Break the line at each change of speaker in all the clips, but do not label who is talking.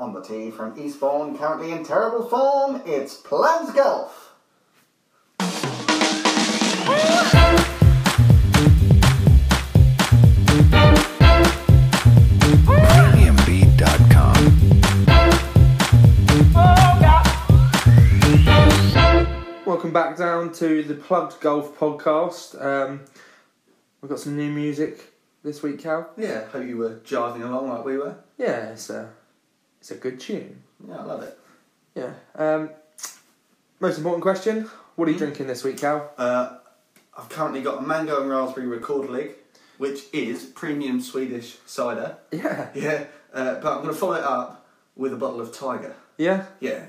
On the tee from Eastbourne, currently in terrible form, it's Plans Golf.
PremiumBeat.com.
Welcome back down to the Plugged Golf Podcast. Um, we've got some new music this week, Cal.
Yeah, hope you were jiving along like we were.
Yeah, it's a, it's a good tune.
Yeah, I love it.
Yeah. Um, most important question: What are you drinking this week, Cal?
Uh, I've currently got a mango and raspberry record league, which is premium Swedish cider.
Yeah.
Yeah, uh, but I'm going to follow it up with a bottle of Tiger.
Yeah.
Yeah,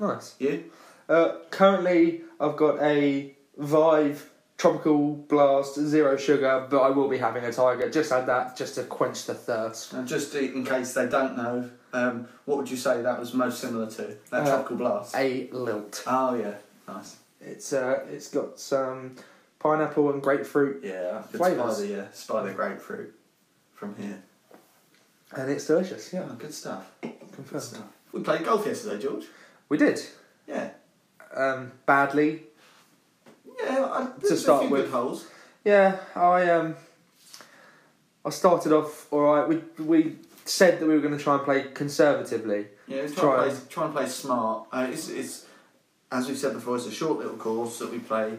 Nice.
you?
Uh, currently, I've got a Vive Tropical Blast Zero Sugar, but I will be having a Tiger. Just had that, just to quench the thirst.
And just in case they don't know, um, what would you say that was most similar to? That
Uh,
tropical blast.
A lilt.
Oh yeah, nice.
It's uh, it's got some pineapple and grapefruit,
Yeah, I could
Flavours.
spider, yeah, spider grapefruit from here.
and it's delicious. Yeah.
Yeah, good stuff. Good
Confirmed.
stuff. We played golf yesterday, George.
We did.
Yeah,
Um, badly.
yeah. I, there's
start
a few
with.
good holes.
Yeah, I um, I started off all right. We we said that we were going to try and play conservatively.
Yeah, it's
Try
try and
and-
play, try and play smart. Uh, it's, it's as we've said before, it's a short little course that we play.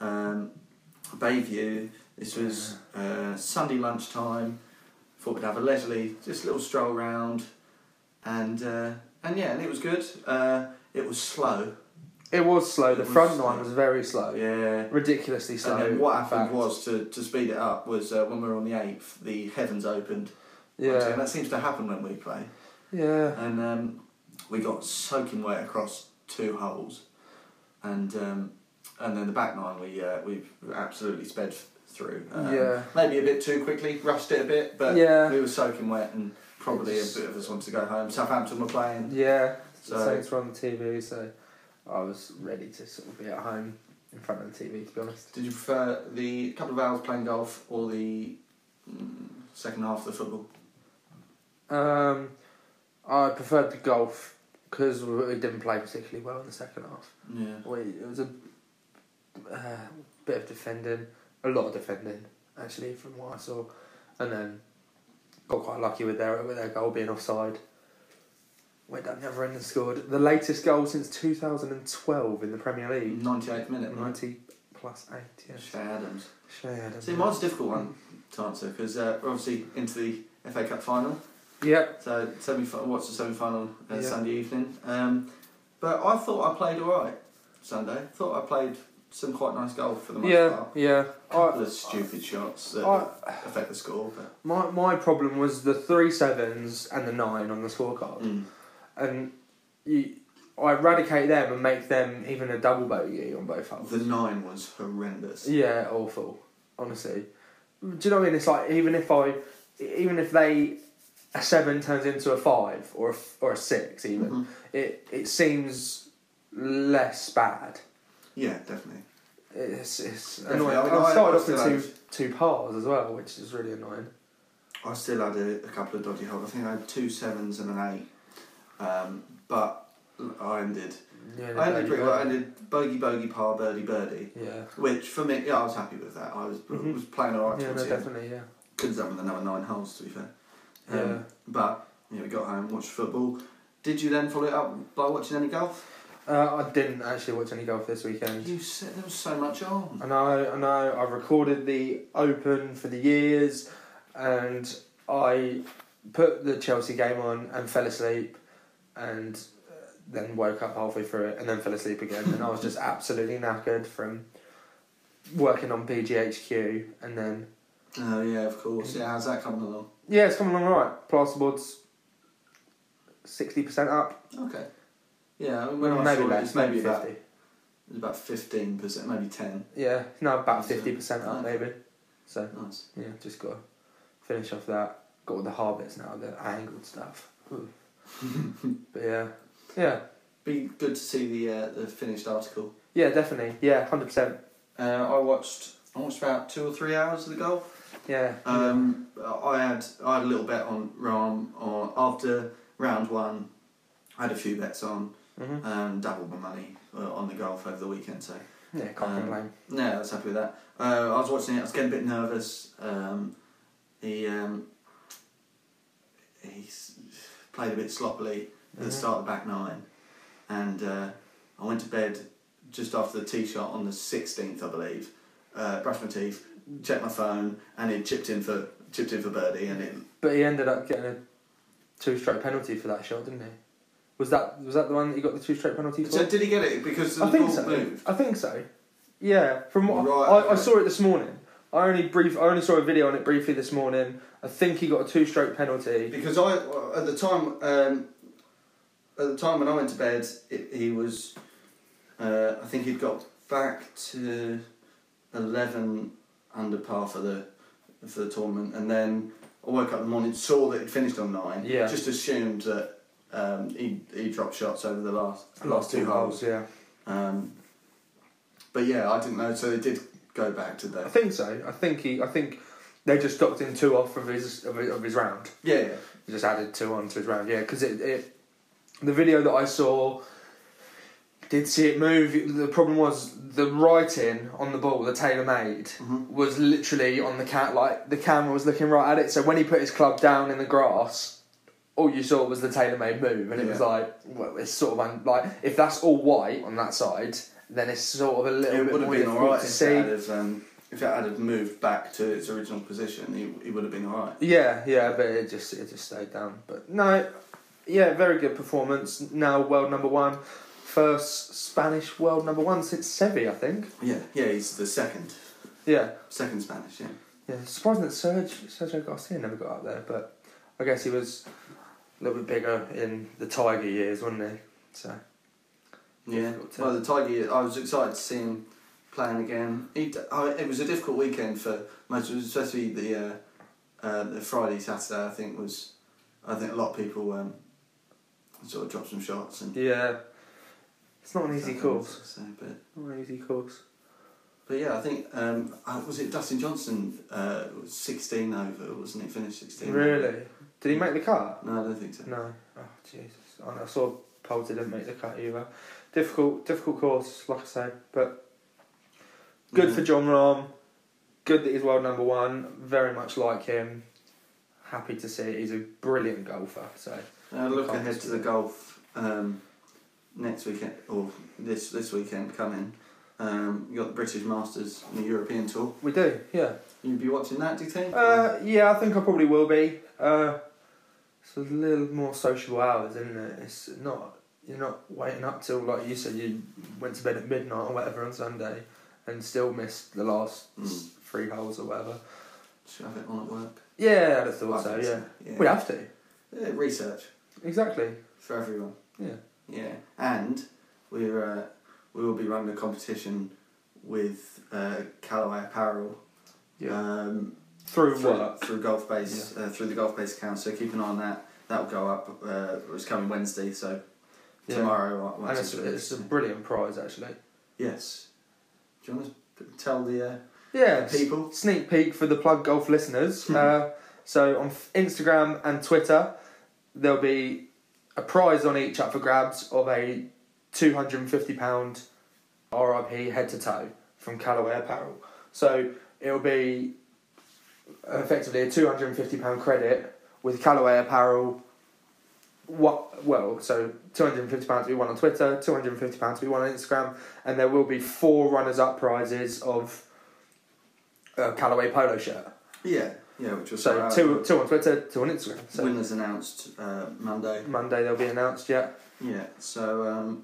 Um, Bayview. This was uh, Sunday lunchtime. Thought we'd have a leisurely, just little stroll round, and uh, and yeah, and it was good. Uh, it was slow.
It was slow.
It
The
was
front
slow.
nine was very slow.
Yeah.
Ridiculously slow.
And then what
in
happened
fact.
was to, to speed it up was uh, when we were on the eighth, the heavens opened. and
Yeah.
uh, that seems to happen when we play.
Yeah.
and um, we got soaking wet across two holes, and um, and then the back nine we uh, we absolutely sped through. Um,
Yeah.
maybe a bit too quickly, rushed it a bit, but
Yeah.
we were soaking wet and probably a bit of us wanted to go home. Southampton were playing,
Yeah.
So-
Saints were on the TV, so I was ready to sort of be at home in front of the TV. To be honest.
Did you prefer the couple of hours playing golf or the mm, second half of the football?
Um, I preferred the golf because we didn't play particularly well in the second half.
Yeah.
We, it was a uh, bit of defending, a lot of defending actually, from what I saw, and then got quite lucky with their with their goal being offside. Went down the other end and scored the latest goal since 2012 in the Premier League.
98th minute, right?
90 plus 8, yes.
Shea Adams.
Shea Adams.
See, mine's a difficult one to answer because uh, we're obviously into the FA Cup final.
Yeah,
So semi watched the semi final uh,
Yeah.
Sunday evening. Um, but I thought I played all right Sunday. Thought I played some quite nice golf for the most
yeah,
part.
yeah. I,
Couple of stupid shots that
I-
affect the score, but
my, my problem was the three sevens and the nine on the scorecard.
Mm.
And you, I eradicate them and make them even a double bogey on both holes.
the nine was horrendous.
Yeah, awful. Honestly, do you know what I mean? It's like even if I, even if they, a seven turns into a five or a, f- or a six, even
Mm-hmm.
it it seems less bad.
Yeah, definitely.
It's it's
Definitely.
annoying.
I-
I,
I-
started
I
off with
still
two two pars as well, which is really annoying.
I still had a, a couple of dodgy holes. I think I had two sevens and an eight, um, but I ended.
Yeah,
I ended
birdie,
pretty well. I
birdie.
ended bogey, bogey, par, birdie, birdie.
Yeah,
Which for me, yeah, I was happy with that. I was
Mhm.
was playing all right.
yeah,
towards
no,
the end.
definitely, yeah.
Couldn't have done with another nine holes, to be fair. Um,
Yeah.
But you know, we got home, watched football. Did you then follow it up by watching any golf?
Uh, I didn't actually watch any golf this weekend.
You said there was so much on.
I know, I know. I recorded the Open for the years, and I put the Chelsea game on and fell asleep, and uh, then woke up halfway through it and then fell asleep again. and I was just absolutely knackered from working on PGHQ, and then
Oh yeah, of course.
Mm-hmm.
Yeah, how's that coming along?
yeah, it's coming along all right. Plasterboard's sixty percent up,
Okay. Yeah, I mean, when I
maybe
saw it, it
less,
was maybe
maybe
about
fifty.
it was about fifteen percent, maybe ten.
Yeah, no, about
So,
fifty percent up
nice.
maybe. So.
Nice.
Yeah, just got to finish off that. Got all the hard bits now, the angled stuff. Ooh. but yeah, yeah,
Be good to see the uh, the finished article.
yeah, definitely, yeah, hundred percent,
Uh, I watched. I watched about two or three hours of the golf.
yeah.
Um, I had I had a little bet on Ram on after uh, round one. I had a few bets on
hmm
and doubled my money uh, on the golf over the weekend. So
Yeah, can't
Um,
complain.
no, I was happy with that. Uh, I was watching it. I was getting a bit nervous. Um, he um, he s- played a bit sloppily at the
Mhm.
start of the back nine, and uh, I went to bed just after the tee shot on the sixteenth, I believe. Uh, brushed my teeth, checked my phone, and it chipped in for chipped in for birdie, and it
But he ended up getting a two-stroke penalty for that shot, didn't he? Was that was that the one that he got the two-stroke penalty for?
So did he get it because the
I think
ball
so.
moved?
I think so. Yeah, from what
Right,
I, I
okay.
saw it this morning. I only brief. I only saw a video on it briefly this morning. I think he got a two-stroke penalty.
Because I at the time um, at the time when I went to bed, it, he was uh, I think he'd got back to eleven under par for the for the tournament, and then I woke up in the morning saw that it finished on nine.
Yeah.
just assumed that um, he he dropped shots over the last last two holes.
Yeah,
Um, but yeah, I didn't know, so they did go back to
I
the
think so. I think he. I think they just docked him two off of his of his, of his round.
yeah. yeah.
He just added two on to his round. Yeah, because it, it the video that I saw did see it move. The problem was the writing on the ball, the tailor made.
Mhm.
was literally on the cat like the camera was looking right at it. So when he put his club down in the grass, all you saw was the tailor-made move, and it was
Yeah.
like, well, it's sort of un- like if that's all white on that side, then it's sort of a little
It
bit
would have
more
been
difficult
alright
to
if,
see.
it had have, um, if it had have moved back to its original position. It, it would have been alright.
Yeah, yeah, but it just it just stayed down. But no, yeah, very good performance. Now world number one, first Spanish world number one since Sevi, I think.
Yeah, yeah. He's the second,
Yeah,
second Spanish. Yeah,
Yeah, surprising that Serge, Sergio Garcia never got up there, but I guess he was a little bit bigger in the Tiger years, wasn't he? So
yeah.
Difficult to-
Well, the Tiger. I was excited to see him playing again. He, d- I, it was a difficult weekend for most, of us, especially the uh, uh, the Friday Saturday. I think was, I think a lot of people um, sort of dropped some shots and
yeah, it's not an easy course.
So, but
Not an easy course.
But yeah, I think um, uh, was it Dustin Johnson? Uh, was sixteen over, wasn't he? Finished sixteen. over.
Really? Did he make the cut?
No, I don't think so.
No. Oh Jesus! I I saw Polter didn't make the cut either. Difficult, difficult course, like I say, but good
Yeah.
for John Rahm. Good that he's world number one. Very much like him. Happy to see it. He's a brilliant golfer. So
Uh, look ahead to the golf um, next weekend or this this weekend coming. Um, you got the British Masters and the European Tour.
we do, yeah.
You'll be watching that, do you think?
Uh, yeah, I think I probably will be. Uh, it's a little more sociable hours, isn't it? It's not you're not waiting up till like you said you went to bed at midnight or whatever on Sunday, and still missed the last
Mm.
three holes or whatever.
Shove it on at work.
Yeah, I'd have thought so.
I
Yeah.
think
we
Yeah.
have to
Yeah, research
exactly.
for everyone.
Yeah.
Yeah, and we're uh, we will be running a competition with uh, Callaway Apparel.
Yeah,
Um,
through work.
through golf base uh, through the golf base account. So keep an eye on that. That will go up. Uh, it's coming Wednesday, so
Yeah.
tomorrow. once
And it's,
released.
it's a brilliant prize actually.
yes. Do you want to tell the uh,
Yeah,
the people?
sneak peek for the plug golf listeners. uh, so on F- Instagram and Twitter, there'll be a prize on each up for grabs of a two hundred and fifty pound RIP head to toe from Callaway Apparel. So it'll be effectively a two hundred and fifty pound credit with Callaway Apparel. What well, so two hundred and fifty pounds to be won on Twitter, two hundred and fifty pounds to be won on Instagram, and there will be four runners-up prizes of a Callaway polo shirt.
Yeah, yeah. Which was
So two, two on Twitter, two on Instagram. So
winners announced uh, Monday.
Monday they'll be announced. Yeah,
Yeah. So um,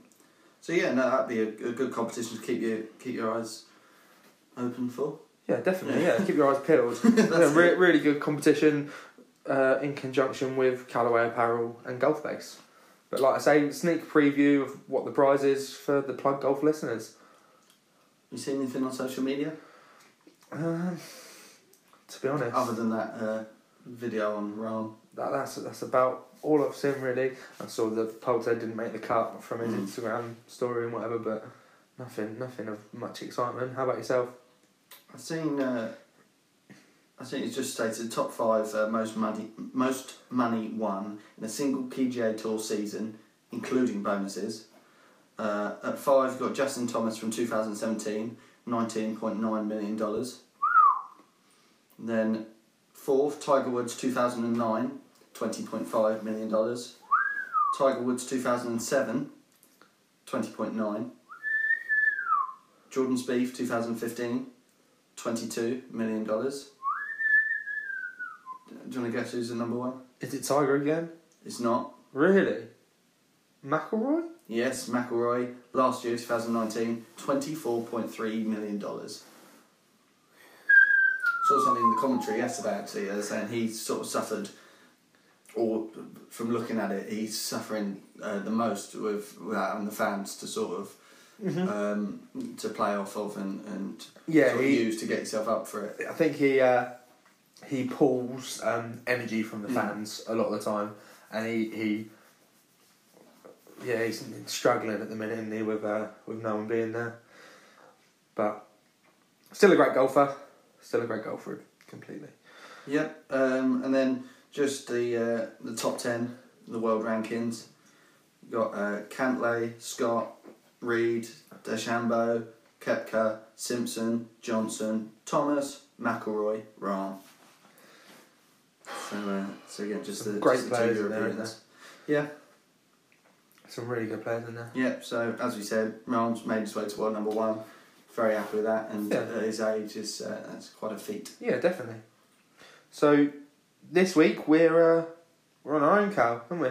so yeah, no, that'd be a, a good competition to keep you keep your eyes open for.
yeah, definitely. Yeah, keep your eyes peeled.
That's
yeah, re-
it.
really good competition uh, in conjunction with Callaway Apparel and Golf Base. But like I say, sneak preview of what the prize is for the plug golf listeners.
You seen anything on social media
Um, to be honest,
other than that uh, video on Ron?
that, that's that's about all I've seen really. I saw the Polter didn't make the cut from his
Mm.
Instagram story and whatever, but nothing, nothing of much excitement. How about yourself?
I've seen. Uh, I think it's just stated top five uh, most money most money won in a single PGA Tour season including bonuses. Uh, at five, you've got Justin Thomas from 2017, $19.9 million. Then fourth, Tiger Woods 2009, $20.5 million. Tiger Woods 2007, 20.9. Jordan Spieth 2015, $22 million. Do you want to guess who's the number one?
Is it Tiger again?
It's not.
Really? McElroy?
Yes, McElroy, last year, 2019, $24.3 million. Saw something in the commentary yesterday, actually, uh, saying he sort of suffered, or from looking at it, he's suffering uh, the most with, with having the fans to sort of um, to play off of and, and
Mm-hmm. Yeah,
sort of
he-
use to get yourself up for it.
I think he uh, he pulls um, energy from the fans a lot of the time, and he, he yeah he's struggling at the minute, isn't he, with uh, with no one being there. But still a great golfer, still a great golfer, completely.
Yep, um, and then just the uh, the top ten, the world rankings. You've got uh, Cantley, Scott, Reed, Deschambeau, Kepka, Simpson, Johnson, Thomas, McElroy, Rahm. So, uh, so again, just the
Some great
just the
players
two
in there,
Europeans. Yeah,
Some really good players in there.
yep. So as we said, Rahm's made his way to world number one. Very happy with that, and
Yeah.
at his age is uh, that's quite a feat.
Yeah, definitely. So this week we're uh, we're on our own, Cal, aren't we?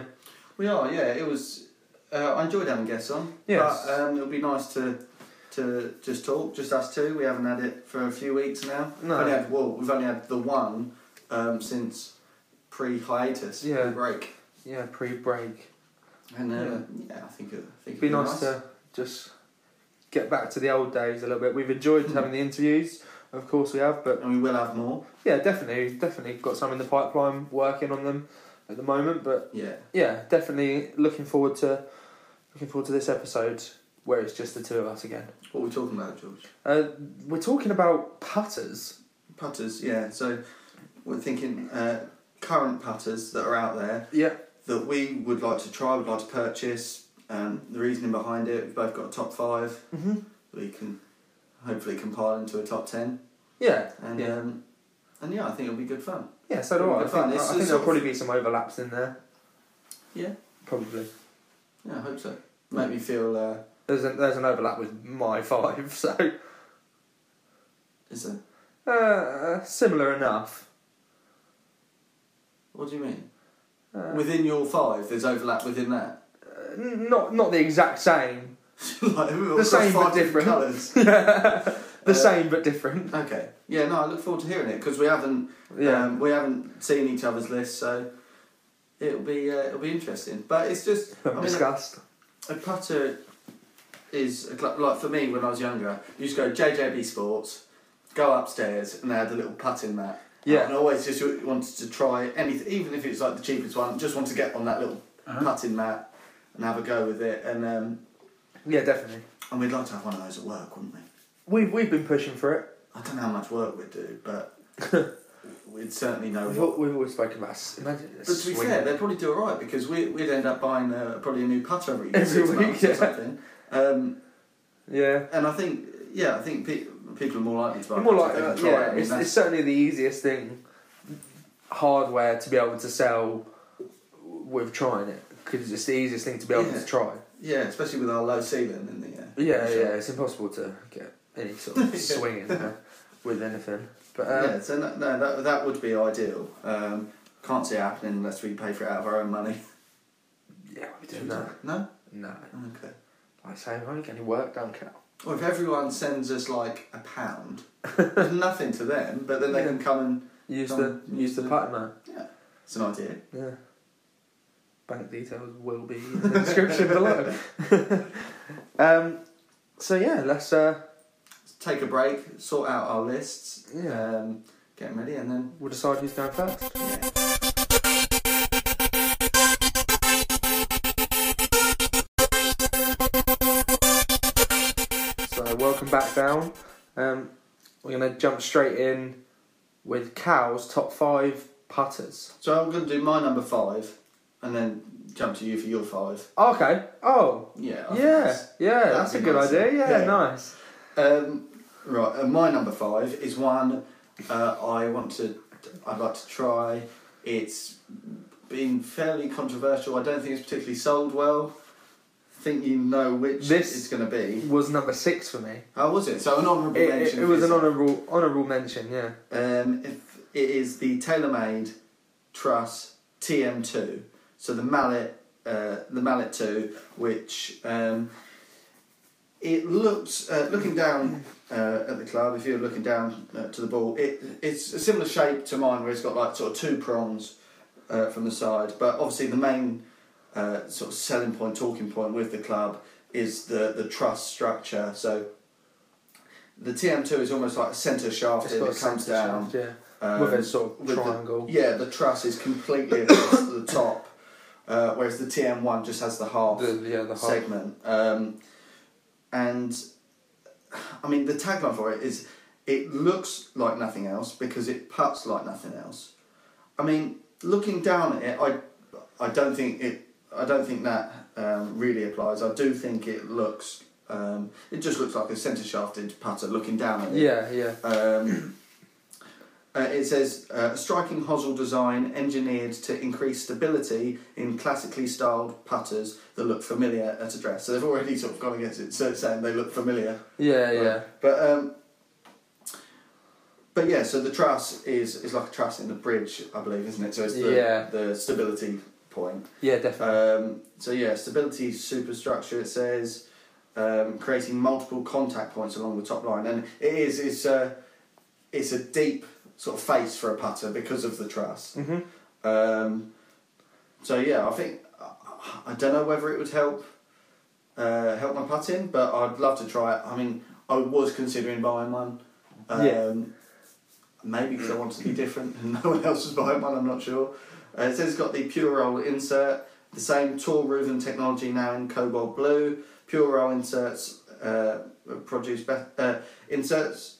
We are, yeah. It was. Uh, I enjoyed having guests on.
Yes.
But um, it'll be nice to to just talk, just us two. We haven't had it for a few weeks now.
No.
Only had, well, we've only had the one um, since pre hiatus,
Yeah.
pre break.
Yeah, pre-break.
And um, yeah. I think it, I think
It'd be nice, to just get back to the old days a little bit. We've enjoyed having the interviews, of course we have, but
And we will have more.
yeah, definitely, we've definitely got some in the pipeline, working on them at the moment. But
Yeah.
yeah, definitely looking forward to looking forward to this episode where it's just the two of us again.
What are we talking about, George?
Uh, we're talking about putters.
Putters, yeah. So we're thinking uh, current putters that are out there
Yeah,
that we would like to try, would like to purchase. Um, the reasoning behind it, we've both got a top five.
hmm
we can hopefully compile into a top 10
yeah,
and
yeah.
um, and yeah I think it'll be good fun
yeah, so do I. I
it'll be fun.
think,
It's-
I
it's
think
sort
there'll
of-
probably be some overlaps in there.
Yeah.
probably.
yeah I hope so make me feel uh,
There's an, there's an overlap with my five, so.
is a,
Uh, similar enough.
what do you mean
Uh,
within your five there's overlap within that
n- not not the exact same.
like,
The same but
five
different.
colours
the
Uh,
same but different.
okay yeah no I look forward to hearing it because we haven't
Yeah.
um, we haven't seen each other's lists so it'll be uh, it'll be interesting but it's just I mean,
discussed.
a putter is a cl- like for me when I was younger. You just go JJB Sports, go upstairs, and they had a little putting mat.
Yeah.
and I always just wanted to try anything, even if it was like the cheapest one. Just want to get on that little
Uh-huh.
putting mat and have a go with it. And um,
Yeah, definitely.
and we'd like to have one of those at work, wouldn't we?
We've we've been pushing for it.
I don't know how much work we'd do, but we'd certainly know.
We've,
What.
al- we've always spoken about. s- Imagine a
But to be
swing.
fair, they'd probably do all right because we, we'd end up buying uh, probably a new putter every,
Every
six
week,
months
yeah.
or something. Um,
yeah.
And I think, yeah, I think pe- people are more likely to buy.
You're more
it
like
if they
uh,
can try it. I
yeah.
mean,
It's,
that's-
it's certainly the easiest thing, hardware to be able to sell with trying it because it's the easiest thing to be able
Yeah.
to try.
yeah, especially with our low ceiling in the. Uh,
Yeah,
shop.
yeah. It's impossible to get any sort of swing in there with anything. But uh,
yeah, so no, no, that that would be ideal. Um, can't see it happening unless we pay for it out of our own money.
Yeah, we do that.
No.
No.
Okay.
Like I say, we only get any work done, Cal.
Or if everyone sends us like a pound, there's nothing to them, but then they can come and.
Use the
Come,
use the pattern man.
Yeah, it's an idea.
Yeah. Bank details will be in the description below. um, so yeah, let's uh,
Let's take a break, sort out our lists,
yeah,
um, get 'em ready, and then.
we'll decide who's going first.
Yeah.
So welcome back down. Um, we're gonna jump straight in with Cal's top five putters.
So I'm going to do my number five, and then come to you for your five.
Okay. Oh,
Yeah. I think
yeah,
that's-
yeah.
that'd
That's a
be
good
nice.
idea. Yeah,
Yeah.
nice.
Um, right, and my number five is one uh, I want to, I'd like to try. It's been fairly controversial. I don't think it's particularly sold well. I think you know which
This-
it's going to be.
Was number six for me.
How was it? So an honourable
It, it,
mention.
it was
is-
an honourable honourable mention. Yeah.
Um, if it is the TaylorMade Truss TM2, so the mallet, uh, the mallet two, which um, it looks uh, looking down uh, at the club. If you're looking down uh, to the ball, it it's a similar shape to mine, where it's got like sort of two prongs uh, from the side. But obviously, the main uh, sort of selling point, talking point with the club is the the truss structure. So. The TM2 is almost like a centre shaft
It's
and
got
it
a
comes
centre
down.
shaft, Yeah.
Um,
with a sort of
with the-
triangle.
yeah, the truss is completely across the top, uh, whereas the TM1 just has the half
the, yeah, the whole.
segment. Um, and I mean, the tagline for it is it looks like nothing else because it puts like nothing else. I mean, looking down at it, I, I don't think it. I don't think that um, really applies. I do think it looks. Um, it just looks like a centre shafted putter looking down at it.
Yeah, yeah.
Um, uh, it says uh, striking hosel design engineered to increase stability in classically styled putters that look familiar at address. So they've already sort of gone against it, so it's saying they look familiar.
Yeah, yeah.
But um, but yeah, so the truss is is like a truss in the bridge, I believe, isn't it? So it's the,
Yeah.
the stability point.
Yeah, definitely.
Um, so yeah, stability superstructure. It says um, creating multiple contact points along the top line, and it is it's a it's a deep sort of face for a putter because of the truss.
hmm
Um, so yeah, I think I- I don't know whether it would help uh, help my putting, but I'd love to try it. I mean, I was considering buying one. Um,
Yeah.
Maybe because I wanted to be different and no one else was buying one. I'm not sure. Uh, it says it's got the Pure Roll insert, the same Tor Reuven technology now in cobalt blue. Pure Roll inserts uh, produce be- uh, inserts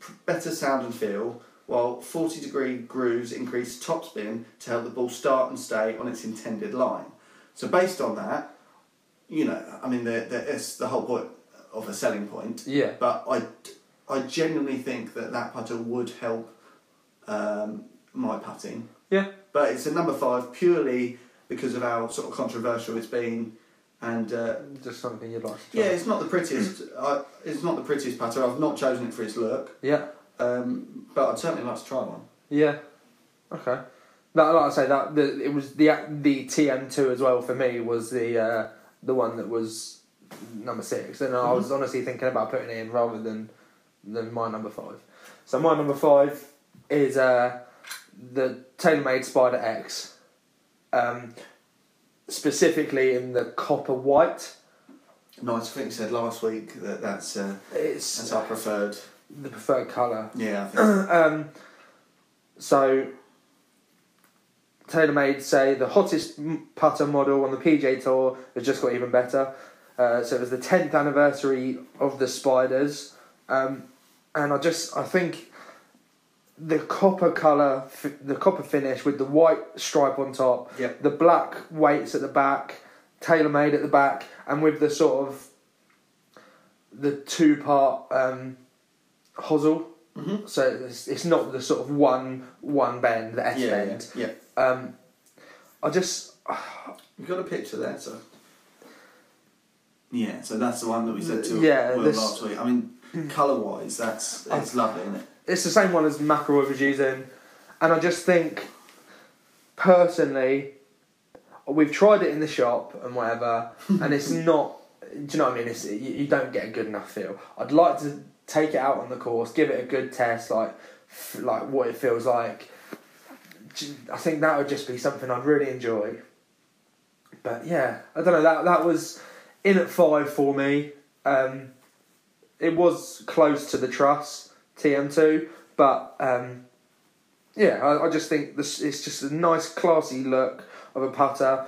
p- better sound and feel, while 40 degree grooves increase topspin to help the ball start and stay on its intended line. So based on that, you know, I mean, the, the, it's the whole point of a selling point.
Yeah.
But I, I genuinely think that that putter would help um, my putting.
Yeah.
But it's a number five purely because of how sort of controversial it's been, and uh,
Just something you'd like to try.
yeah, it's not the prettiest. I, it's not the prettiest putter. I've not chosen it for its look,
Yeah.
um, but I'd certainly like to try one.
Yeah. Okay. That, like I say, that the, it was the the TM two as well for me was the uh, the one that was number six, and I was honestly thinking about putting it in rather than than my number five. So my number five is uh, the TaylorMade Spider X, um, specifically in the copper white.
No, I think you said last week that that's uh,
It's
that's our preferred.
the preferred colour.
Yeah, I think.
um, so TaylorMade say the hottest m- putter model on the PJ Tour has just got even better. Uh, so it was the 10th anniversary of the Spiders, um, and I just I think the copper color, f- the copper finish with the white stripe on top,
Yep.
the black weights at the back, TaylorMade at the back, and with the sort of the two part um, hosel.
Mhm.
So it's, it's not the sort of one one bend, the S
yeah, yeah,
bend.
yeah.
Um, I just
We've got a picture there, so. Yeah, so that's the one that we said to
Yeah,
Will
this-
last week. I mean, colour wise, that's it's lovely, isn't it?
it's the same one as McElroy was using, and I just think personally we've tried it in the shop and whatever, and it's not. Do you know what I mean? It's, you, you don't get a good enough feel. I'd like to take it out on the course, give it a good test, like f- like what it feels like. J- I think that would just be something I'd really enjoy. But yeah, I don't know. That that was in at five for me. Um, it was close to the truss TM2, but um, yeah, I, I just think this it's just a nice, classy look of a putter.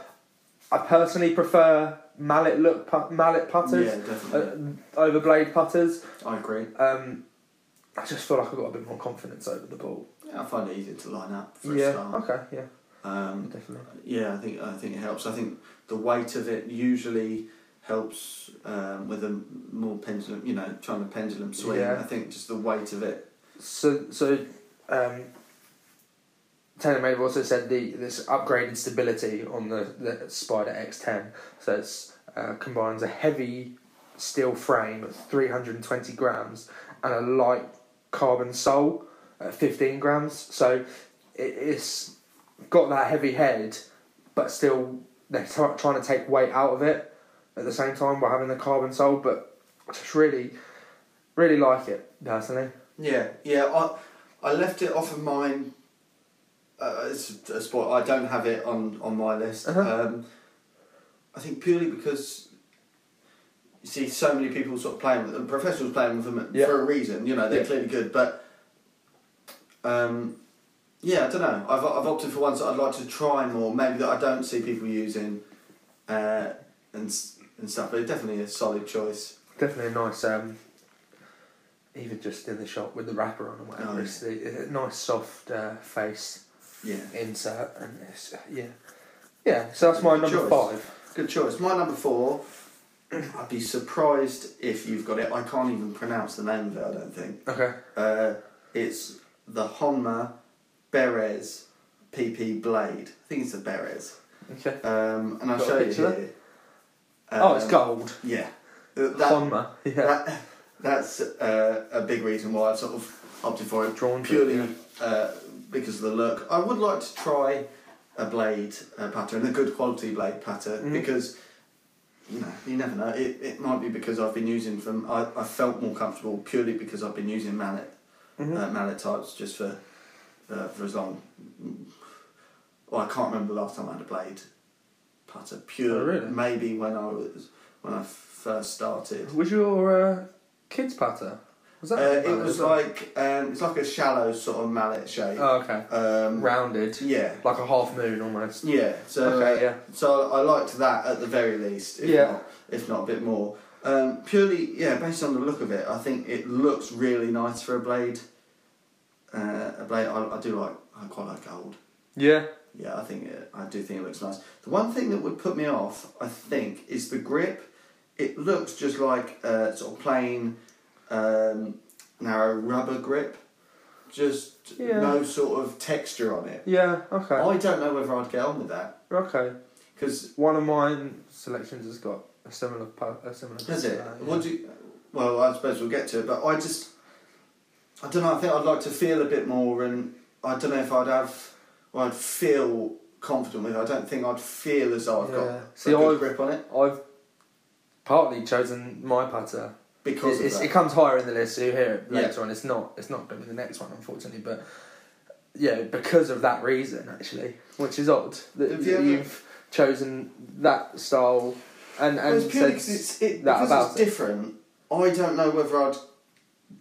I personally prefer mallet look put, mallet
Yeah,
putters
definitely.
uh, over blade putters.
I agree.
Um, I just feel like I've got a bit more confidence over the ball.
Yeah, I find it easier to line up for a
yeah.
start.
Okay. Yeah.
Um,
Definitely.
yeah, I think I think it helps. I think the weight of it usually helps um, with a more pendulum, you know, trying to pendulum swing.
Yeah.
I think just the weight of it.
So so, um, Taylor may have also said the this upgraded stability on the, the Spider X10. So it's uh, combines a heavy steel frame at 320 grams and a light carbon sole at 15 grams. So it, it's got that heavy head, but still they're try trying to take weight out of it at the same time while having the carbon sole. But I just really, really like it personally.
Yeah, yeah. I I left it off of mine. Uh, it's a sport. I don't have it on on my list.
Uh-huh.
Um, I think purely because you see so many people sort of playing with them, professionals playing with them
Yeah.
for a reason. You know, they're
Yeah.
clearly good, but um, yeah, I don't know. I've I've opted for ones that I'd like to try more. Maybe that I don't see people using, uh, and s- and stuff. But it's definitely a solid choice.
Definitely a nice, um, even just in the shop with the wrapper on and whatever.
Oh, yeah.
It's the it's a nice soft uh, face
Yeah,
insert, and it's uh, yeah, yeah. So that's my
Good
number
choice.
five.
Good choice. My number four. I'd be surprised if you've got it. I can't even pronounce the name of it. I don't think.
Okay.
Uh, it's the Honma Berez PP Blade. I think it's the Berez.
Okay.
Um, and I'll
Got a
show you
picture
here.
oh, it's
Um,
gold.
Yeah. Th- That,
Honma. Yeah.
that, that's uh, a big reason why I've sort of opted for it.
Drawn to it,
purely
yeah.
uh, because of the look. I would like to try a blade uh, pattern, a good quality blade pattern,
Mhm.
because you know you never know. It, it might be because I've been using from I, I felt more comfortable purely because I've been using mallet
Mhm.
uh, mallet types just for uh, for as long. Well, I can't remember the last time I had a blade putter. Pure,
Oh, really?
maybe when I was when I first started.
Was your uh, kids patter? Was that?
Uh, it
mallet
was
as well?
like um, it's like a shallow sort of mallet shape.
Oh, okay.
um,
Rounded,
yeah,
like a half moon almost.
yeah. So
okay.
uh,
yeah.
so I liked that at the very least. If
Yeah.
Not, if not a bit more. Um, purely, yeah, based on the look of it, I think it looks really nice for a blade. Uh, a blade, I, I do like. I quite like gold.
Yeah.
Yeah, I think it, I do think it looks nice. The one thing that would put me off, I think, is the grip. It looks just like uh, sort of plain um, narrow rubber grip, just
Yeah.
no sort of texture on it.
Yeah. Okay.
I don't know whether I'd get on with that
Okay.
because
One of my selections has got a similar. pa- A similar.
Has it?
uh, yeah.
What do you, well, I suppose we'll get to it, but I just, I don't know. I think I'd like to feel a bit more, and I don't know if I'd have, well, I'd feel confident with. it. I don't think I'd feel as though I've
Yeah.
got
See,
a good
I've-
grip on it
I've partly chosen my putter.
because
It's, it's,
of
it
that.
comes higher in the list, so you hear it
Yeah.
later on. It's not it's not going to be the next one, unfortunately. But yeah, because of that reason, actually, which is odd that,
Have
that
you ever-
you've chosen that style and
Well,
and
it's purely
said
'cause it's, it,
that
because
about
it's
it.
different. I don't know whether I'd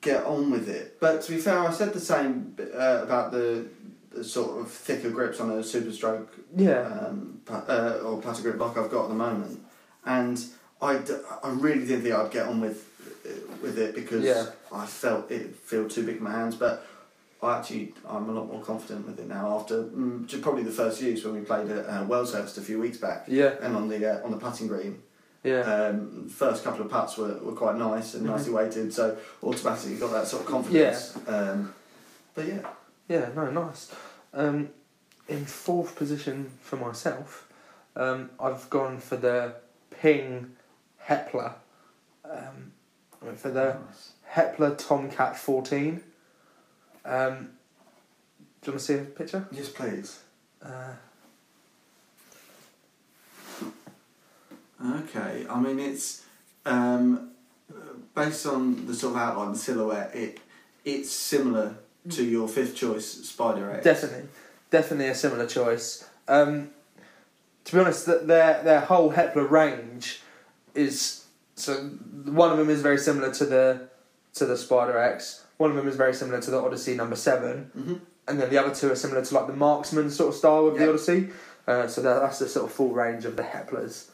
get on with it. But to be fair, I said the same uh, about the, the sort of thicker grips on a super stroke
Yeah,
um, pa- uh, or putter grip like I've got at the moment, and I, d- I really didn't think I'd get on with uh, with it because
Yeah.
I felt it feel too big in my hands, but I actually I'm a lot more confident with it now after mm, ju- probably the first use when we played at uh, Wellshurst a few weeks back
yeah,
and on the uh, on the putting green.
yeah,
Um, first couple of putts were, were quite nice and
Mhm.
nicely weighted, so automatically got that sort of confidence. Um, but yeah,
yeah. No, nice. Um, in fourth position for myself, um, I've gone for the Ping Hepler. Um, I went for the
Nice.
Hepler Tomcat 14. Um, do you want to see a picture?
yes, please.
Uh,
Okay, I mean it's um, uh, based on the sort of outline, the silhouette. It it's similar to your fifth choice Spider X.
definitely, definitely a similar choice. Um, to be honest, th- their their whole Hepler range is so one of them is very similar to the to the Spider X. One of them is very similar to the Odyssey number seven,
Mhm.
and then the other two are similar to like the marksman sort of style of the
Yeah.
Odyssey. Uh, so that, that's the sort of full range of the Heplers.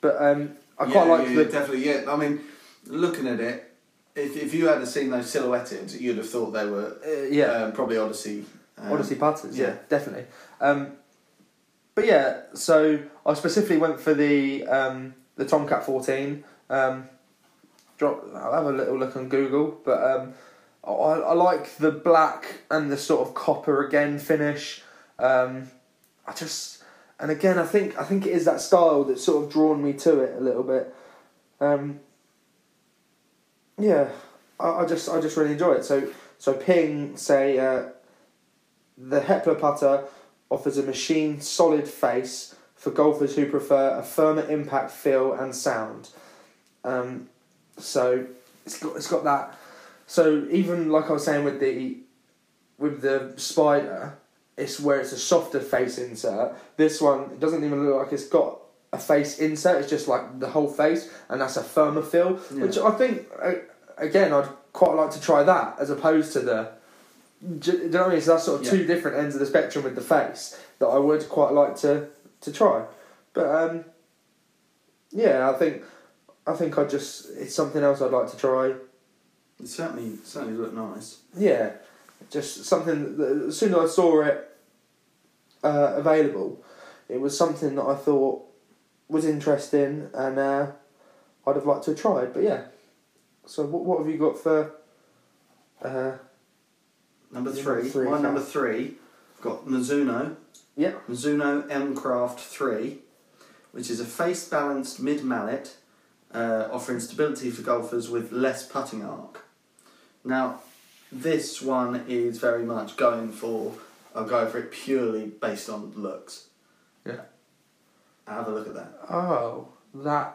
But um, I
Yeah,
quite like
yeah,
the
yeah, definitely. Yeah, I mean, looking at it, if if you hadn't seen those silhouetted, you'd have thought they were
uh, yeah.
um, probably Odyssey. Um,
Odyssey putters, yeah,
yeah.
definitely. Um, But yeah, so I specifically went for the um, the Tomcat 14. Um, drop. I'll have a little look on Google, but um, I, I like the black and the sort of copper again finish. Um, I just and again, I think I think it is that style that's sort of drawn me to it a little bit. Um, yeah, I, I just I just really enjoy it. So so Ping say uh, the Hepler putter offers a machine solid face for golfers who prefer a firmer impact feel and sound. Um, so it's got it's got that. So even like I was saying with the with the spider, it's where it's a softer face insert. This one it doesn't even look like it's got a face insert. It's just like the whole face, and that's a firmer feel,
Yeah.
which I think a- again I'd quite like to try that as opposed to the. Do you know what I mean? So that's sort of
Yeah.
two different ends of the spectrum with the face that I would quite like to to try, but um, yeah, I think I think I just it's something else I'd like to try.
It certainly certainly looked nice.
Yeah, just something. That, as soon as I saw it uh, available, it was something that I thought was interesting, and uh, I'd have liked to have tried. But yeah, so what what have you got for? Uh,
Number
Number
three,
three,
my
yeah.
number three, I've got Mizuno.
yeah,
Mizuno M Craft 3, which is a face balanced mid mallet uh, offering stability for golfers with less putting arc. Now, this one is very much going for, I'll go for it purely based on looks.
Yeah.
Have a look at that.
Oh, that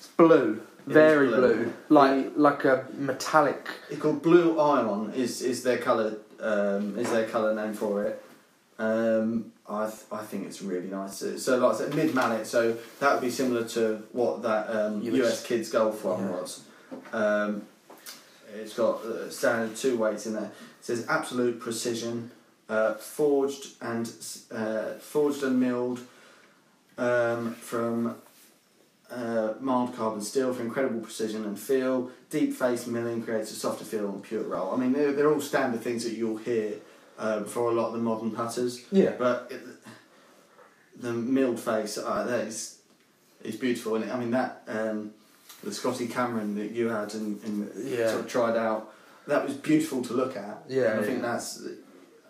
it's blue,
It is
very
blue.
blue. like like a metallic.
It's called Blue Ion. Is is their color? Um, is their color name for it? Um, I th- I think it's really nice. So, so like I said, mid mallet. So that would be similar to what that um,
US.
US. kids golf one
Yeah.
was. Um, it's got uh, standard two weights in there. It says absolute precision, uh, forged and uh, forged and milled um, from uh, mild carbon steel for incredible precision and feel. Deep face milling creates a softer feel and pure roll. I mean, they're, they're all standard things that you'll hear um, for a lot of the modern putters,
Yeah,
but it, the milled face, uh, that is, is beautiful. And I mean, that, um, the Scotty Cameron that you had and, and
Yeah.
sort of tried out, that was beautiful to look at.
Yeah,
And I think
yeah. Mm-hmm.
that's,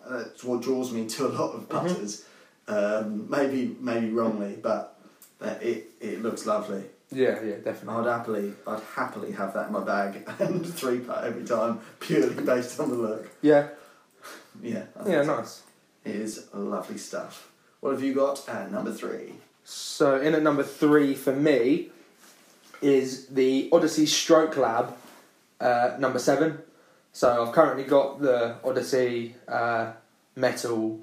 that's what draws me to a lot of putters. Um, maybe, maybe wrongly, but uh, it, it looks lovely.
yeah, yeah, definitely.
I'd happily, I'd happily have that in my bag and three putt every time, purely based on the look.
Yeah,
Yeah, I think
yeah, nice.
it is lovely stuff. What have you got at number three?
So in at number three for me is the Odyssey Stroke Lab uh, number seven. So I've currently got the Odyssey uh, Metal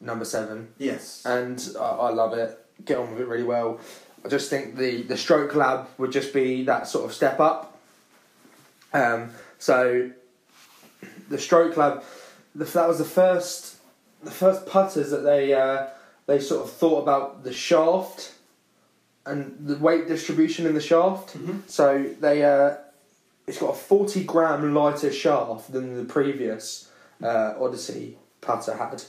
number seven.
Yes,
and I, I love it. Get on with it really well. I just think the the stroke lab would just be that sort of step up. Um, so the stroke lab, the, that was the first the first putters that they uh, they sort of thought about the shaft and the weight distribution in the shaft.
Mhm.
So they uh, it's got a forty gram lighter shaft than the previous uh, Odyssey putter had,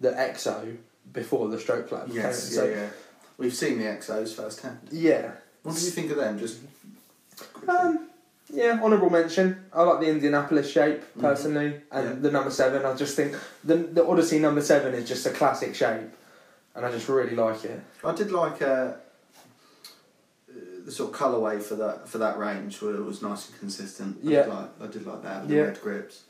the Exo before the stroke lab. came in.
yes, yeah,
So-
yeah. We've seen the XOs firsthand.
yeah.
What did you think of them? Just quickly.
Um, yeah, honourable mention. I like the Indianapolis shape personally, and
Mm-hmm. Yeah.
the number seven. I just think the the Odyssey number seven is just a classic shape, and I just really like it.
I did like uh, uh, the sort of colourway for that for that range. Where it was nice and consistent. I
Yeah.
did like, I did like that. And the
Yeah.
red grips.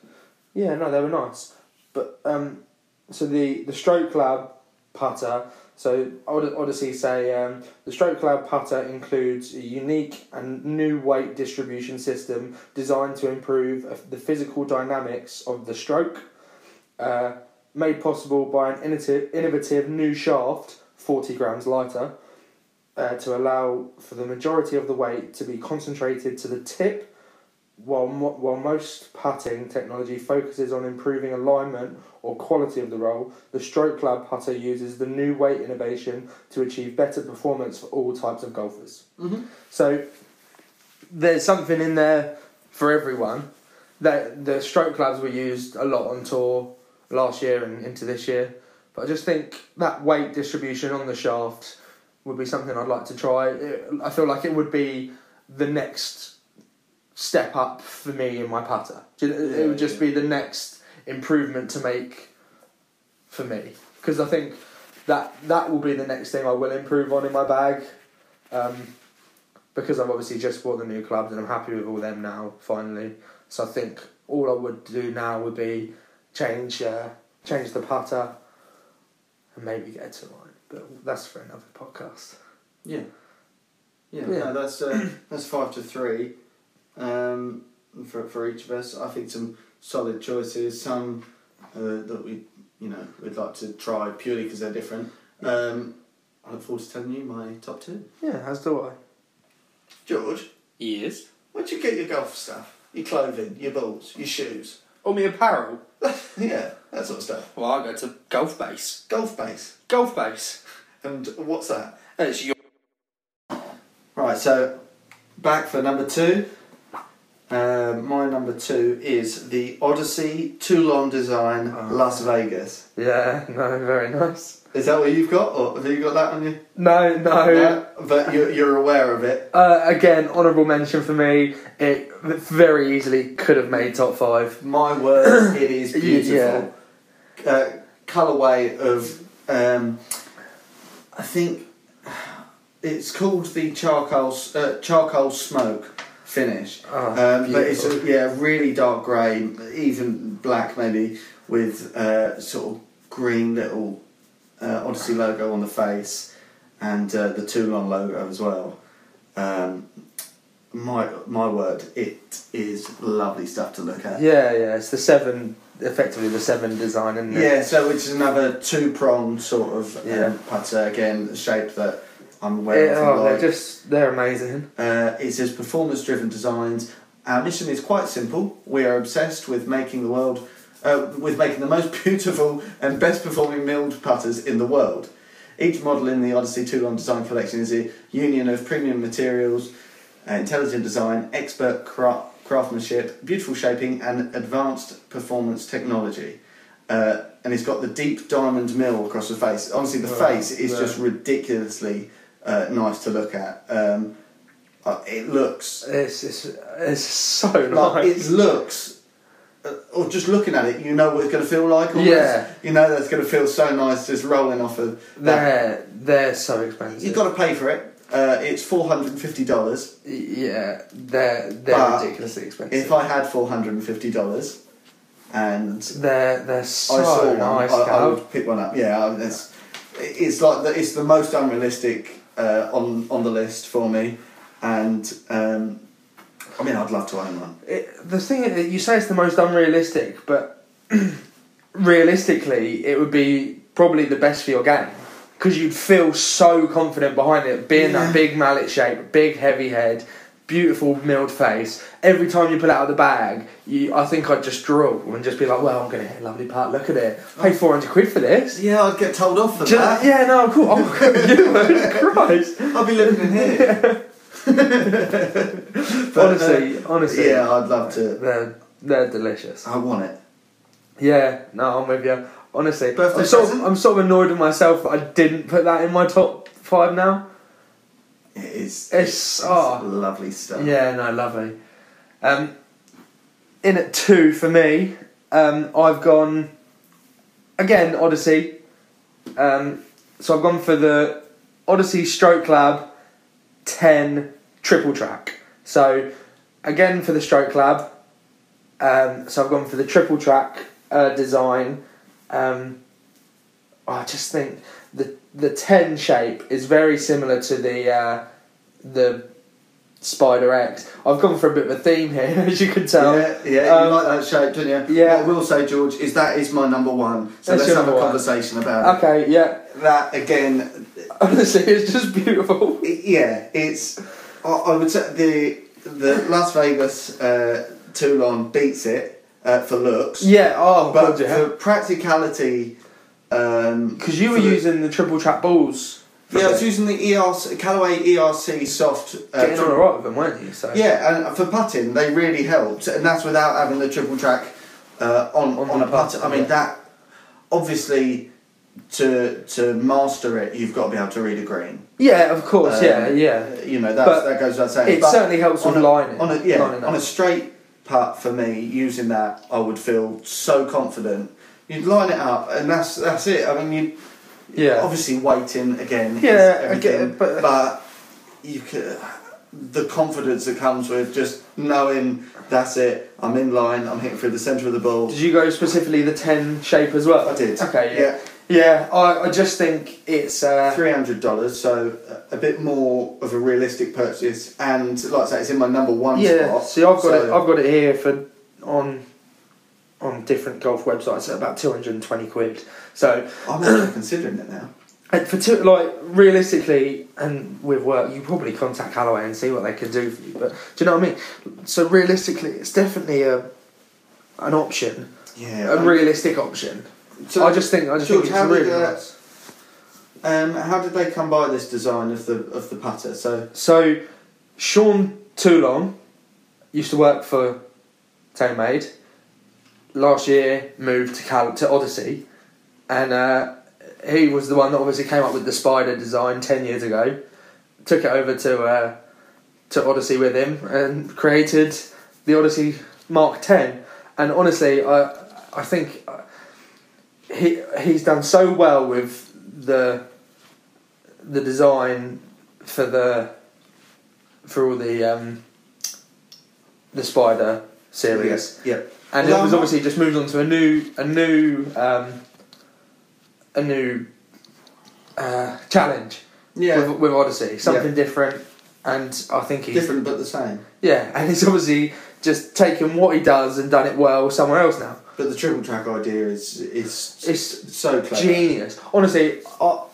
Yeah, no, they were nice. But um, so the the stroke lab putter. So Od- Odyssey say um, the stroke lab putter includes a unique and new weight distribution system designed to improve of the physical dynamics of the stroke, uh, made possible by an innovative, innovative new shaft, forty grams lighter. Uh, to allow for the majority of the weight to be concentrated to the tip while, mo- while most putting technology focuses on improving alignment or quality of the roll, the Stroke Lab putter uses the new weight innovation to achieve better performance for all types of golfers.
Mhm.
So there's something in there for everyone. That the Stroke Labs were used a lot on tour last year and into this year, But I just think that weight distribution on the shaft would be something I'd like to try. It, I feel like it would be the next step up for me in my putter. Do you-
Yeah,
it would just
yeah.
be the next improvement to make for me because I think that that will be the next thing I will improve on in my bag. Um, because I've obviously just bought the new clubs and I'm happy with all them now, finally. So I think all I would do now would be change uh, change the putter and maybe get a two iron. But that's for another podcast.
Yeah. Yeah,
Yeah.
No, that's uh, that's five to three um, for for each of us. I think some solid choices, some uh, that we you know we'd like to try purely because they're different. Um, I look forward to telling you my top two.
Yeah, as do I.
George,
Yes.
where'd you get your golf stuff? Your clothing, your balls, your shoes.
Oh, my apparel.
yeah, that sort of stuff.
Well, I go to golf base.
Golf base.
Golf base.
And what's that?
It's your
Right, so back for number two. Um, my number two is the Odyssey Toulon Design
Ah.
Las Vegas.
Yeah, no, very nice.
Is that what you've got, or have you got that on you?
No, no.
Yeah, but you're, you're aware of it.
Uh, again, honourable mention for me. It very easily could have made top five.
My word, it is
Yeah.
beautiful. Uh, colorway of, um, I think it's called the charcoal s- uh, charcoal smoke finish.
Oh,
Um, but it's a,
beautiful.
yeah, really dark grey, even black maybe, with uh, sort of green little uh, Odyssey logo on the face and uh, the Toulon logo as well. Um, my my word, it is lovely stuff to look at.
yeah, yeah. It's the seven, effectively the seven design, isn't it?
Yeah, so which is another two pronged sort of
Yeah.
um, putter again, a shape that I'm aware
It-
of. and
oh, they're
like.
just they're amazing.
Uh, it says performance driven designs. Our mission is quite simple. We are obsessed with making the world, uh, with making the most beautiful and best performing milled putters in the world. Each model in the Odyssey Toulon Design Collection is a union of premium materials, uh, intelligent design, expert cra- craftsmanship, beautiful shaping, and advanced performance technology. Uh, and it's got the deep diamond mill across the face. Honestly, the
Wow.
face is
Yeah.
just ridiculously uh, nice to look at. Um, uh, it looks
It's it's, it's so
like
nice.
it looks uh, or just looking at it you know what it's going to feel like almost.
Yeah.
you know that's going to feel so nice just rolling off of that
They're they're so expensive.
you've got to pay for it uh, it's $450
yeah, they're they're
But
ridiculously expensive.
if I had $450 and
they're they're
I saw
so
one
nice.
I, I
Gav.
would pick one up yeah I- it's, it's like the, it's the most unrealistic uh, on, on the list for me and um, I mean I'd love to own one
It, the thing is, you say it's the most unrealistic, but realistically, it would be probably the best for your game because you'd feel so confident behind it, being
Yeah.
that big mallet shape, big heavy head, beautiful milled face. Every time you pull it out of the bag, you, I think I'd just drool and just be like, "Well, I'm gonna hit a lovely putt. Look at it.
Oh.
Paid four hundred quid for this."
yeah I'd get told off for
Do you know-
that
yeah, no, cool. I'm cool. You would, Christ.
I'll be living in here. But, uh,
honestly, honestly,
yeah, I'd love to.
they're they're delicious.
I want it.
Yeah, no, I'm with you. Honestly,
Birthday
I'm sort,
present?
I'm sort of annoyed with myself that I didn't put that in my top five now.
It is.
It's
it's
oh,
lovely stuff.
yeah, no, lovely. Um, in at two for me, um, I've gone again Odyssey. Um, so I've gone for the Odyssey Stroke Lab ten triple track. So again for the Stroke Lab. Um, so I've gone for the triple track uh, design. Um, oh, I just think the the ten shape is very similar to the uh, the Spider X. I've gone for a bit of a theme here, as you can tell.
yeah, yeah,
um,
you like that shape, don't you?
yeah.
What I will say, George, is that is my number one. So let's
That's your
have a
number one.
conversation about
Okay, yeah.
it. That again,
Honestly, it's just beautiful.
it- yeah, it's. I, I would say the the Las Vegas uh, Toulon beats it uh, for looks,
Yeah. Oh,
but
but
for practicality. Um,
because you were
for the-
using the triple trap balls,
Yeah, I was using the
E
ERC, Callaway ERC soft. Uh,
getting on
tri-
alright with them, weren't you? So
yeah, and for putting, they really helped, and that's without having the triple track uh, on, on,
On
a
the putt,
putter. I mean,
yeah.
that obviously to to master it, you've got to be able to read a green.
Yeah, of course. yeah,
Um,
yeah.
You know that
But
that goes without saying.
It
But
certainly helps with
on a,
lining.
on a yeah
lining
on a
up.
straight putt for me, using that, I would feel so confident. You'd line it up, and that's that's it. I mean, you
yeah.
obviously waiting again. is
Yeah, I get it,
everything,
but-
you could the confidence that comes with just knowing that's it. I'm in line. I'm hitting through the centre of the ball.
Did you go specifically the ten shape as well?
I did.
Okay. Yeah. Yeah. I, I just think it's uh,
Three hundred dollars, so a bit more of a realistic purchase, and like I say, it's in my number one
yeah.
spot.
See, I've got it.
so-
I've got it here for on on different golf websites at about two hundred and twenty quid. So
I'm actually considering it now.
and for two, like realistically, and with work, you probably contact Callaway and see what they can do for you. But do you know what I mean? So realistically, it's definitely a an option,
Yeah.
a
I'm-
realistic option.
so,
I just think I just
George,
think
how
it's
did,
really
uh,
nice.
um, how did they come by this design of the of the putter? So
So, Sean Toulon used to work for TaylorMade. Last year, moved to Cal- to Odyssey, and uh, he was the one that obviously came up with the spider design ten years ago. Took it over to uh, to Odyssey with him and created the Odyssey Mark Ten. And honestly, I I think uh, he he's done so well with the the design for the for all the um, the spider series,
Yeah. yeah.
and
Well,
it was
I'm-
obviously just moved on to a new a new um, a new uh, challenge
Yeah.
with, with Odyssey, something different, and I think he's
Different but the same.
yeah, and he's obviously just taken what he does and done it well somewhere else now.
But the triple track idea is is
It's
so clever.
Genius, honestly. I,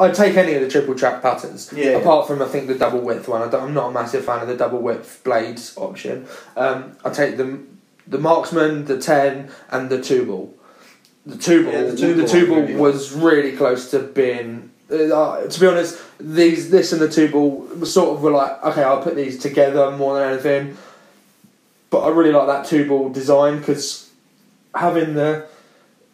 I'd take any of the triple track patterns.
Yeah.
Apart from I think the double width one. I don't, I'm not a massive fan of the double width blades option. Um, I take the the marksman, the ten, and the two ball. The two ball.
Yeah,
the two, ball,
really
was really close to being. Uh, to be honest, these this and the two ball sort of were like okay, I'll put these together more than anything. But I really like that two ball design because having the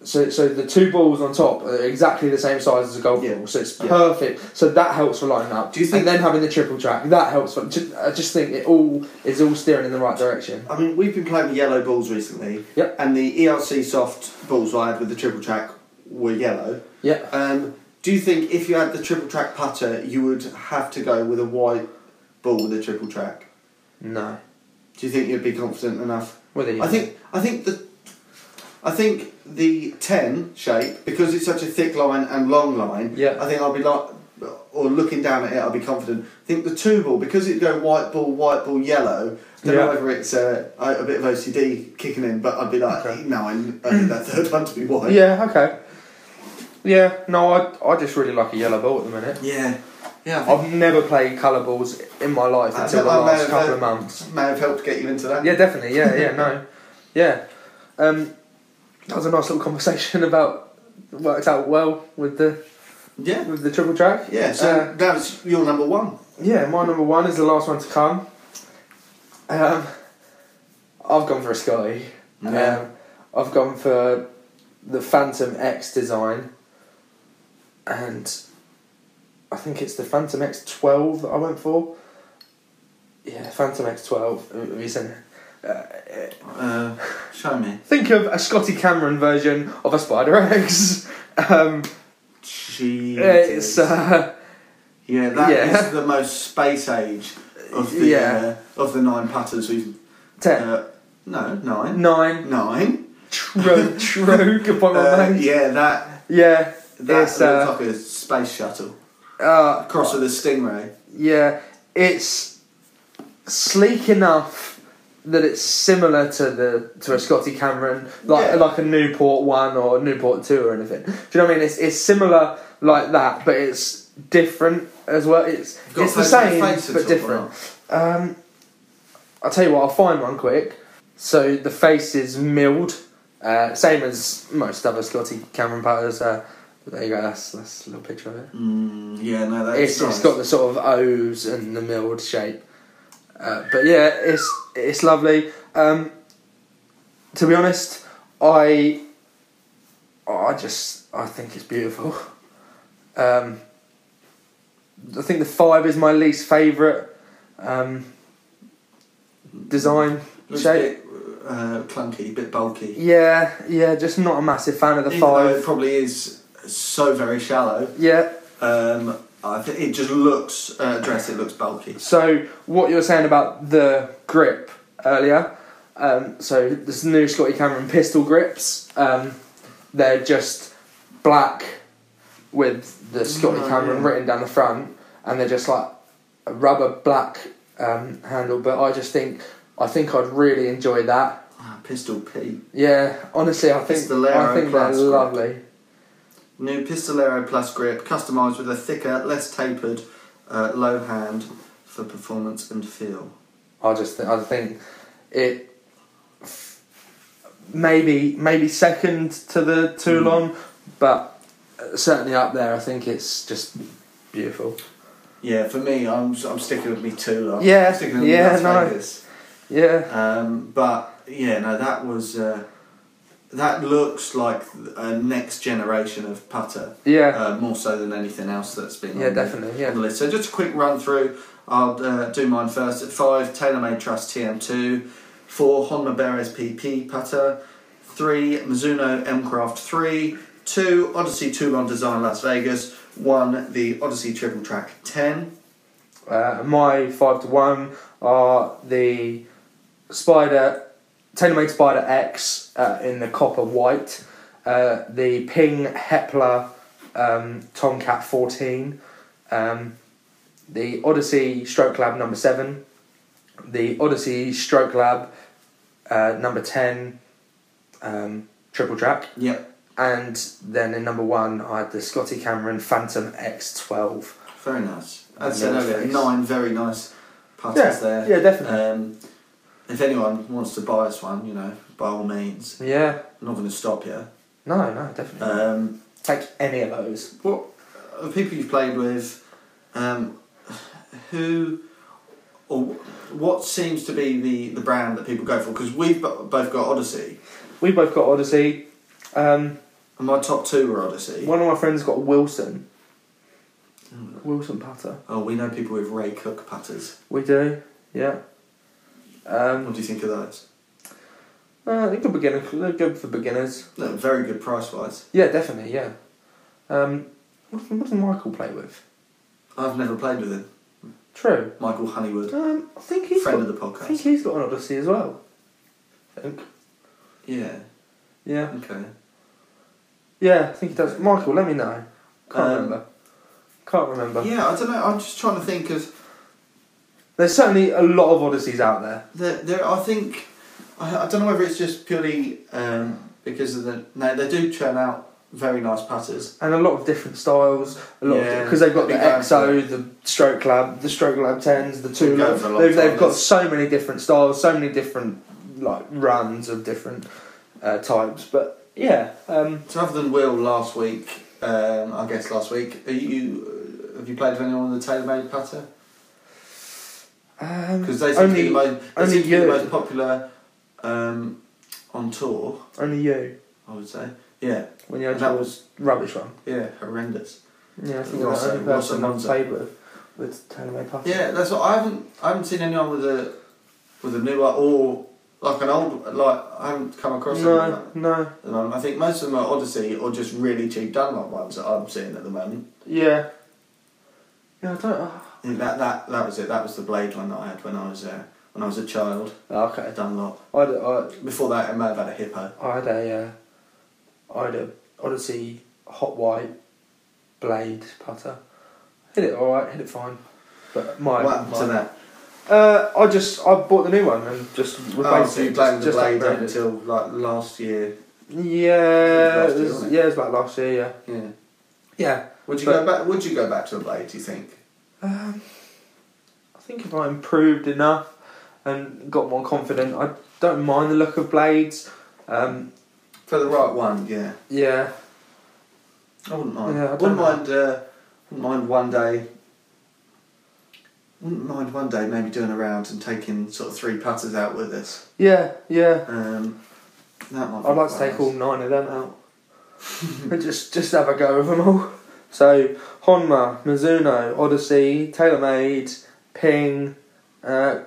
so so the two balls on top are exactly the same size as a golf
Yeah.
ball, so it's
Yeah.
perfect. So that helps for lining up.
Do you think-
And then having the triple track that helps for. ju- I just think it all is all steering in the right direction.
I mean, we've been playing with yellow balls recently.
Yep.
And the ERC soft balls I had with the triple track were yellow.
Yeah,
Um, do you think if you had the triple track putter, you would have to go with a white ball with a triple track?
no,
Do you think you'd be confident enough?
whether you
I think I think the I think the ten shape because it's such a thick line and long line.
Yeah.
I think I'll be like, or looking down at it, I'll be confident. I think the two ball because it go white ball, white ball, yellow. Don't
Yeah.
know whether it's a, a bit of OCD kicking in, but I'd be like,
Okay.
no, I, I need that third one to be white.
Yeah. Okay. Yeah. No, I I just really like a yellow ball at the minute.
yeah, yeah. I think
I've never played colour balls in my life
I bet
until the
I may
last
have
couple
heard-
of months.
may have helped get you into that.
Yeah, definitely. Yeah, yeah, no, yeah. Um, that was a nice little conversation about worked out well with the
yeah,
with the triple track.
yeah. So
Uh,
that was your number one.
yeah, my number one is the last one to come. Um, I've gone for a Scotty.
Yeah.
Um, I've gone for the Phantom X design, and I think it's the Phantom X twelve that I went for. Yeah, Phantom X twelve. Have you seen it?
Uh, show me.
Think of a Scotty Cameron version of a Spider X. Um, it's
Jesus.
uh,
Yeah, that is
Yeah.
the most space age of the
Yeah.
uh, of the nine putters we've.
ten,
Uh, no, nine.
nine.
Nine.
True, true. Good point, my
Uh,
mate.
yeah, that
Yeah,
that looks
It's, uh,
like a space shuttle.
uh,
Across with a stingray.
yeah. It's sleek enough that it's similar to the to a Scotty Cameron, like
Yeah.
like a Newport one or a Newport two or anything. Do you know what I mean? It's it's similar like that, but it's different as well. It's
You've got
it's the
to face-
same
face it
but
up or
different. Um, I'll tell you what, I'll find one quick. So the face is milled, uh, same as most other Scotty Cameron putters. Uh, there you go, that's, that's a little picture of it.
not. Mm, yeah, no, that's
It's,
nice.
it's got the sort of O's and the milled shape. Uh, but yeah, it's it's lovely. Um, to be honest, I oh, I just I think it's beautiful. Um, I think the five is my least favourite um, design.
Looks a
shape.
bit uh, clunky, a bit bulky.
Yeah, yeah, just not a massive fan of the
Even though
five.
it probably is so very shallow,
Yeah,
um, I think it just looks uh, dress. It looks bulky.
so what you were saying about the grip earlier, um, so this new Scotty Cameron pistol grips, um, they're just black with the Scotty
Oh,
Cameron
yeah.
written down the front, and they're just like a rubber black um, handle. But I just think, I think I'd really enjoy that.
Ah, Pistol P,
Yeah, honestly, I think
Pistolero
I think they're
class grip.
lovely.
new Pistolero Plus grip, customised with a thicker, less tapered uh, low hand for performance and feel.
I just th- I think it f- maybe maybe second to the Toulon, but uh, certainly up there. I think it's just beautiful.
Yeah, for me, I'm I'm sticking with me too long.
Yeah,
I'm sticking with
yeah,
Las
no.
Vegas.
Yeah,
Um, but yeah, no, that was uh, that looks like a next generation of putter.
yeah,
Uh, more so than anything else that's been
yeah,
on the-
definitely. Yeah,
on the list. So just a quick run through. I'll uh, do mine first. At five, TaylorMade Trust TM2. Four, Honma Beres PP putter. Three, Mizuno Mcraft 3. Two, Odyssey Toulon Design Las Vegas. One, the Odyssey Triple Track 10.
uh, my five to one are the Spider TaylorMade Spider X uh, in the copper white, uh, the Ping Hepler um, Tomcat fourteen, um, the Odyssey Stroke Lab number seven, the Odyssey Stroke Lab uh, number ten, um, triple track,
Yep.
and then in number one I had the Scotty Cameron Phantom X twelve.
Very nice.
And
As I said
Las
earlier,
Vegas.
nine very nice putters there.
yeah, definitely.
Um, if anyone wants to buy us one, you know, by all means,
yeah,
I'm not going to stop you.
no, no, definitely.
Um,
Take any of those.
What of people you've played with, um, who or what seems to be the, the brand that people go for? Because we've bo- both got Odyssey,
We both got Odyssey. Um,
and my top two were Odyssey.
one of my friends got Wilson. Wilson putter.
Oh, we know people with Ray Cook putters.
We do, yeah.
What
Um,
do you think of those?
uh, they're good beginner. They're good for beginners.
No, very good price wise.
Yeah, definitely. Yeah. Um, what, did- what did Michael play with?
I've never played with him.
True.
Michael Honeywood,
Um, I think he's
friend
got.
of the
I think
podcast.
he's got an Odyssey as well. I think.
Yeah.
Yeah.
Okay.
Yeah, I think he does. Michael, let me know. Can't
Um,
remember. Can't remember.
Yeah, I don't know. I'm just trying to think of
There's certainly a lot of Odysseys out there.
There, there, I think, I, I don't know whether it's just purely um, because of the. No, they do churn out very nice putters.
and a lot of different styles. A lot
Yeah,
because they've got the
big band.
XO, the Stroke Lab, the Stroke Lab tens, the
Been
two.
going for a long
They've, they've
time,
got
yes.
so many different styles, so many different like runs of different uh, types. But yeah, um,
So other than Will last week, um, I guess last week, are you uh, have you played with anyone with a tailor-made putter?
um,
Because they seem to be
Only-
the most, they
only
seem to be the
you.
most popular um, on tour.
only you
I would say, yeah,
when you had
And that
your
was-
rubbish one.
yeah, horrendous.
Yeah, I think you're
Ross-
the only
Ross
person
and
I've
Monza.
played with with TaylorMade Puffin.
Yeah, that's what I haven't. I haven't seen anyone with a with a new one or like an old like I haven't come across. anyone like
No,
that.
no.
at the moment. I think most of them are Odyssey or just really cheap Dunlop ones that I'm seeing at the moment.
Yeah. Yeah, I don't. uh,
I think that, that that was it. That was the Blade one that I had when I was uh, when I was a child.
Oh, okay.
A Dunlop.
I, I,
Before that, I may have had a Hippo.
I had a, uh, I had a Odyssey hot white blade putter. Hit it all right, hit it fine. But my,
what happened
my
to that?
Uh, I just I bought the new one and just replaced
Oh, so you
it.
played with the
just
Blade up
upgraded it.
until like last year.
Yeah,
Last
it
year,
was-
wasn't it?
yeah, it was like last year. Yeah,
Yeah.
yeah.
Would you
But-
go back? Would you go back to the Blade? Do you think?
Um, I think if I improved enough and got more confident, I don't mind the look of blades. Um,
For the right one, yeah.
yeah,
I wouldn't mind.
Yeah, I don't
wouldn't
know.
mind. Uh, wouldn't mind one day. Wouldn't mind one day maybe doing a round and taking sort of three putters out with us.
yeah, yeah.
Um, that might. be
I'd like to
quite
take
nice.
all nine of them out. just just have a go of them all. So Honma, Mizuno, Odyssey, TaylorMade, Ping, uh,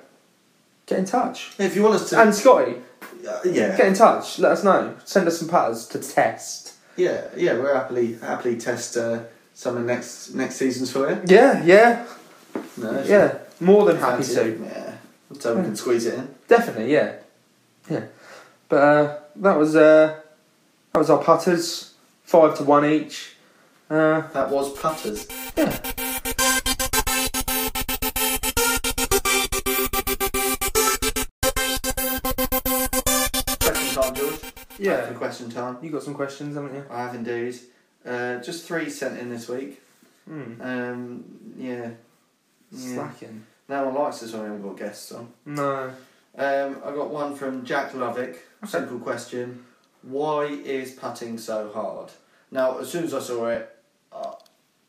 get in touch.
If you want us to,
And Scotty,
Uh, yeah,
get in touch. Let us know. Send us some patterns to test.
yeah, yeah, we're happily happily test uh, some of next next seasons for you.
Yeah, yeah,
No, if
yeah. More
you
than happy
fancy
to.
it, Yeah, so we can squeeze it in.
Definitely, yeah, yeah. But uh, that was uh, that was our putters, five to one each. Uh,
That was putters.
yeah.
Question time, George. Back
Yeah.
to question time.
You got some questions, haven't you?
I have indeed. Uh, just three sent in this week.
Mm.
Um, yeah. yeah.
Slacking.
No one likes this when we haven't got guests on.
No.
Um, I got one from Jack Lovick. Simple question: Why is putting so hard? Now, as soon as I saw it, uh,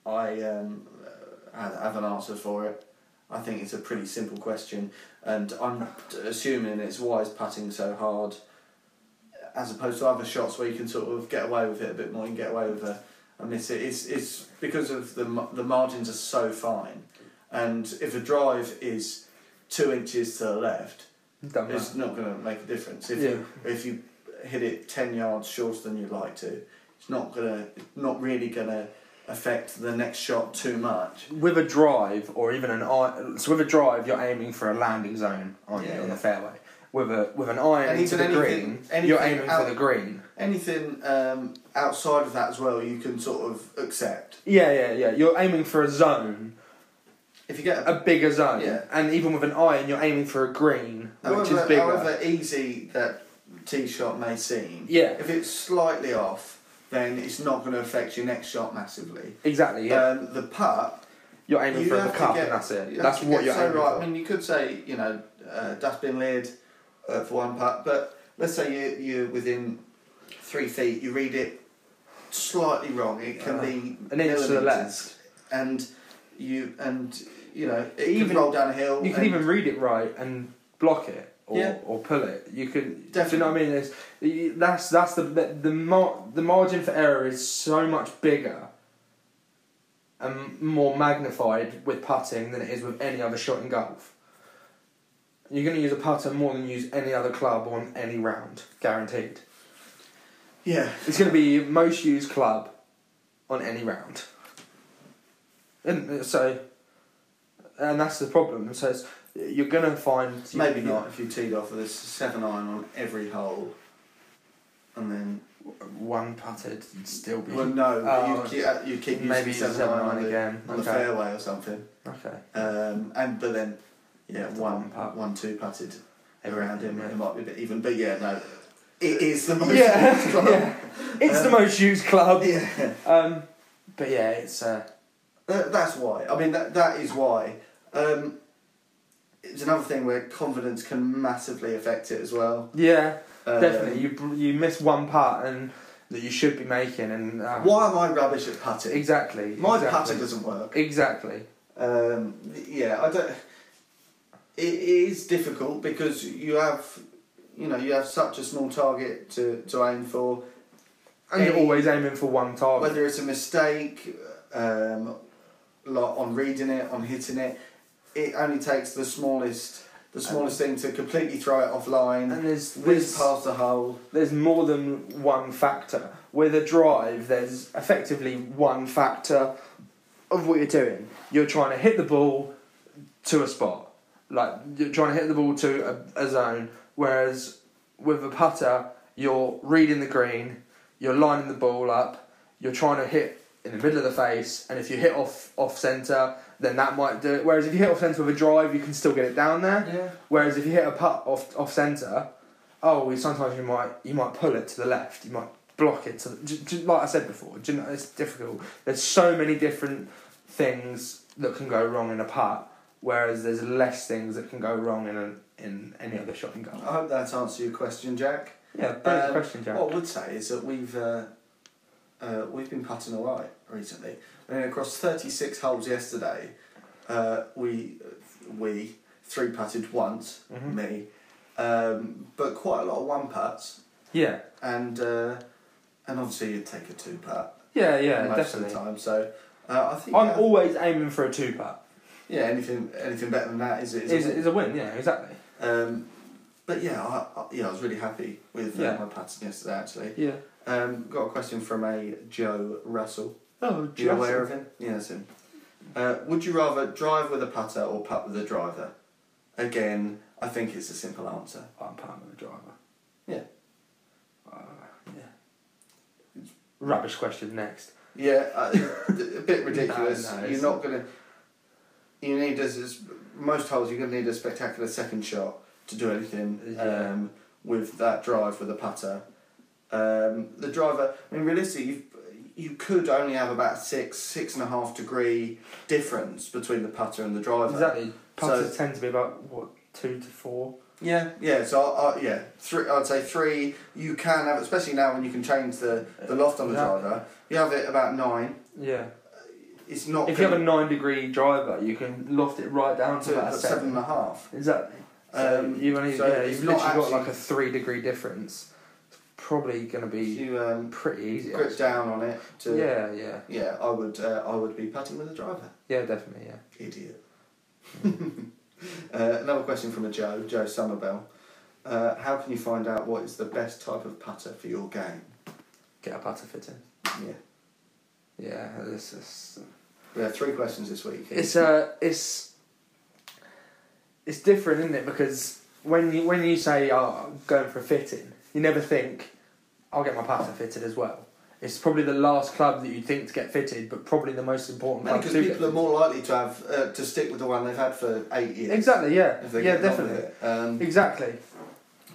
I um, uh, had- have an answer for it. I think it's a pretty simple question, and I'm t- assuming it's why is putting so hard, as opposed to other shots where you can sort of get away with it a bit more and get away with a, a miss. It it's it's because of the ma- the margins are so fine, and if a drive is two inches to the left,
Done
it's not going to make a difference. If
Yeah.
you if you hit it ten yards shorter than you'd like to, it's not gonna not really gonna affect the next shot too much.
With a drive or even an iron, so with a drive you're aiming for a landing zone, aren't
Yeah,
you, on
yeah.
the fairway? With a with an iron
And
into
even
the
anything-
green,
anything
you're aiming
out-
for the green.
Anything um, outside of that as well, you can sort of accept.
Yeah, yeah, yeah. You're aiming for a zone,
If you get a,
a bigger zone,
Yeah.
and even with an iron, you're aiming for a green, which
however,
is bigger.
however easy that tee shot may seem,
Yeah.
if it's slightly off, then it's not going to affect your next shot massively.
exactly. Yeah,
Um, the putt
you're aiming
you
for the
have to
cup,
get-
and that's it.
you
That's
have to
what
get
you're
so
aiming
right.
for.
I mean, you could say you know uh, dustbin lid uh, for one putt, but let's say you you're within three feet, you read it slightly wrong. It can
Uh,
be
An inch to the
millimetres.
left.
and you and you know it
Even-
can roll down a hill.
You can
and-
even read it right and block it or,
Yeah.
or pull it. You can
Definitely.
Do you know what I mean? It's, you- that's that's the the the, mar- the margin for error is so much bigger and more magnified with putting than it is with any other shot in golf. You're going to use a putter more than you use any other club on any round, guaranteed.
yeah.
It's going to be your most used club on any round. And uh, so, and that's the problem. So it's, you're going to find
Maybe not if you teed off with a seven iron on every hole, and then
one putted and still be
well no,
Oh,
you keep you keep using
maybe
seven,
seven
iron
iron
on the-
again.
on the
Okay.
fairway or something.
okay.
Um, and but then, yeah,
After
one
one putt.
one, two putted
Everyone
around him.
did,
It
yeah.
might be a bit even, but yeah, no, it is the most.
Yeah, yeah. It's the
Um,
most used club.
yeah.
Um, but yeah, it's uh,
That- that's why. I mean, that that is why. Um, it's another thing where confidence can massively affect it as well.
yeah,
Um,
definitely. You br- you miss one putt and that you should be making and uh,
Why am I rubbish at putting?
exactly
My
exactly.
putter doesn't work.
exactly
Um, yeah, I don't. It is difficult because you have, you know, you have such a small target to, to aim for.
and you're
Any-
always aiming for one target.
whether it's a mistake um, like on reading it on hitting it it only takes the smallest the smallest thing to completely throw it offline
And there's
whiz
there's,
past the hole
there's more than one factor. With a drive, there's effectively one factor of what you're doing. You're trying to hit the ball to a spot, like you're trying to hit the ball to a, a zone. Whereas with a putter, you're reading the green, you're lining the ball up, you're trying to hit in the middle of the face, and if you hit off off centre, then that might do it. Whereas if you hit off centre with a drive, you can still get it down there.
yeah
Whereas if you hit a putt off off centre, oh, well, sometimes you might you might pull it to the left, you might block it to the, j- j- like I said before. Do you know, it's difficult. There's so many different things that can go wrong in a putt, whereas there's less things that can go wrong in a, in any other shot and goal.
I hope that answers your question Jack
Yeah, brilliant
Um,
question, Jack.
what I would say is that we've uh, uh, we've been putting alright recently I mean across 36 holes yesterday uh, we we three putted once
Mhm.
me um, but quite a lot of one putts
Yeah,
and uh, and obviously you'd take a two putt
Yeah, yeah,
most of
definitely.
the time. So uh, I think
I'm
that-
always aiming for a two putt.
yeah, anything anything better than that is is,
Is is a win? Yeah, exactly.
Um, but yeah, I, I, yeah, I was really happy with uh,
Yeah.
my pattern yesterday. Actually,
Yeah.
um, got a question from a Joe Russell.
Oh,
Do you aware of him? Yeah, that's him. Uh, would you rather drive with a putter or putt with a driver? Again, I think it's a simple answer.
I'm part of a driver.
Yeah.
Uh, yeah. Rubbish question. Next.
Yeah, uh, a bit ridiculous.
No, no,
you're
it's-
not gonna. You need as as- most holes. You're gonna need a spectacular second shot to do anything
Yeah.
um, with that drive with the putter. Um, the driver. I mean, realistically, you you could only have about six six and a half degree difference between the putter and the driver.
Exactly. Putters tend to be about what two to four.
Yeah, yeah. So I, I, yeah, three. I'd say three. You can have, especially now when you can change the,
Uh,
the loft on the
Yeah.
driver. You have it about nine.
Yeah.
It's not.
If you have
gonna-
a nine degree driver, you can loft it right down to
So
about a
that's seven
seven.
and a half.
Exactly.
Um,
So you've only
so
yeah,
it's
you've
not
literally got
actually-
like a three degree difference. It's probably going to be
You um,
pretty easy.
grip down on it. To,
Yeah, yeah,
Yeah, I would. Uh, I would be putting with a driver.
yeah, definitely, yeah.
Idiot. uh, another question from a Joe, Joe Summerbell. Uh, how can you find out what is the best type of putter for your game?
Get a putter fit in.
Yeah,
Yeah, this is.
we have three questions this week.
It's uh, it's. It's different, isn't it? Because when you when you say oh, I'm going for a fitting, you never think I'll get my putter fitted as well. It's probably the last club that you'd think to get fitted, but probably the most important club
because
to get.
people are more likely to have uh, to stick with the one they've had for eight years.
Exactly, yeah,
if they get
yeah,
on with
definitely,
it. Um,
exactly.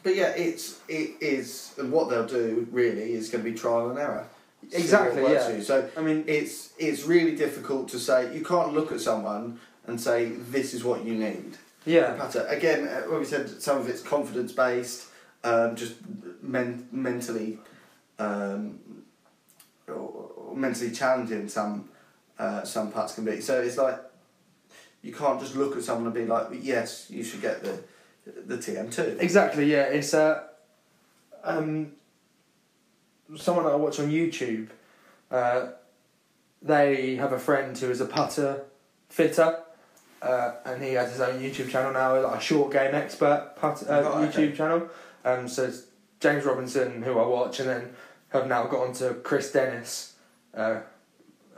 But yeah, it's it is and what they'll do really is going to be trial and error. See what
Exactly,
works
yeah.
for you. So
I mean,
it's it's really difficult to say. You can't look at someone and say this is what you need.
yeah,
Patter again. uh, What we said, some of it's confidence based, um, just men- mentally, um, or, or mentally challenging. Some uh, some parts can be. So it's like you can't just look at someone and be like, yes, you should get the the TM two.
exactly, yeah. It's uh, um, someone that I watch on YouTube. Uh, they have a friend who is a putter fitter, uh, and he has his own YouTube channel now, like a short game expert putt uh,
Right,
YouTube
okay.
channel. Um, so it's James Robinson, who I watch, and then have now got onto Chris Dennis uh,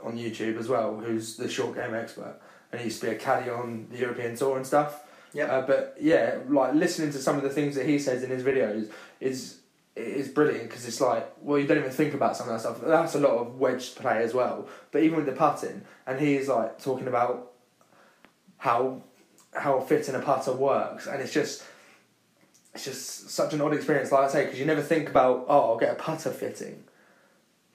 on YouTube as well, who's the short game expert, and he used to be a caddy on the European Tour and stuff.
Yep.
Uh, but yeah, like listening to some of the things that he says in his videos is is brilliant because it's like, well, you don't even think about some of that stuff. That's a lot of wedged play as well. But even with the putting, and he is like talking about how how fitting a putter works, and it's just it's just such an odd experience, like I say, because you never think about oh, I'll get a putter fitting,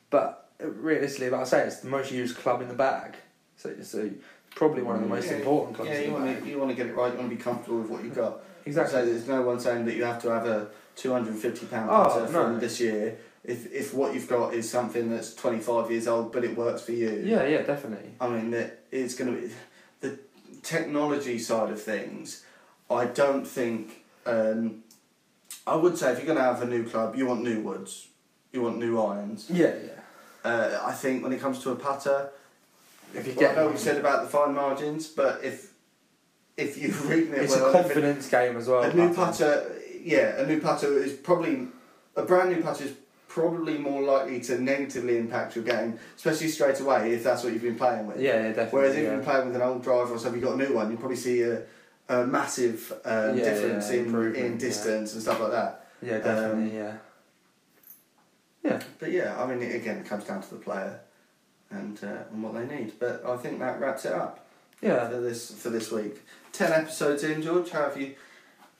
but uh, realistically, like I say, it's the most used club in the bag, so so probably one of the most
Yeah,
important clubs
Mm, Yeah,
in
you
the
want
bag.
to you want to get it right. You want to be comfortable with what you've got.
Exactly.
So there's no one saying that you have to have a two hundred and fifty pound
Oh,
putter from
no.
this year. If if what you've got is something that's twenty five years old, but it works for you.
Yeah, yeah, definitely.
I mean that it's going to be the technology side of things. I don't think. Um, I would say if you're going to have a new club, you want new woods, you want new irons.
Yeah, yeah.
Uh, I think when it comes to a putter,
If you
well, I
get
know we said about the fine margins, but if if you read it
it's
well,
a
I think-
confidence game as well.
a new
but-
putter, yeah, a new putter is probably a brand new putter is probably more likely to negatively impact your game, especially straight away if that's what you've been playing with.
Yeah, yeah, definitely.
Whereas if
yeah.
you've been playing with an old driver or something, you got a new one, you probably see a, a massive um,
Yeah,
difference
yeah,
in,
improvement,
in
yeah.
distance and stuff like that.
yeah, definitely,
um,
yeah. Yeah,
But yeah, I mean, it, again, it comes down to the player and uh, and what they need. But I think that wraps it up
yeah.
uh, for this for this week. Ten episodes in, George. How have you?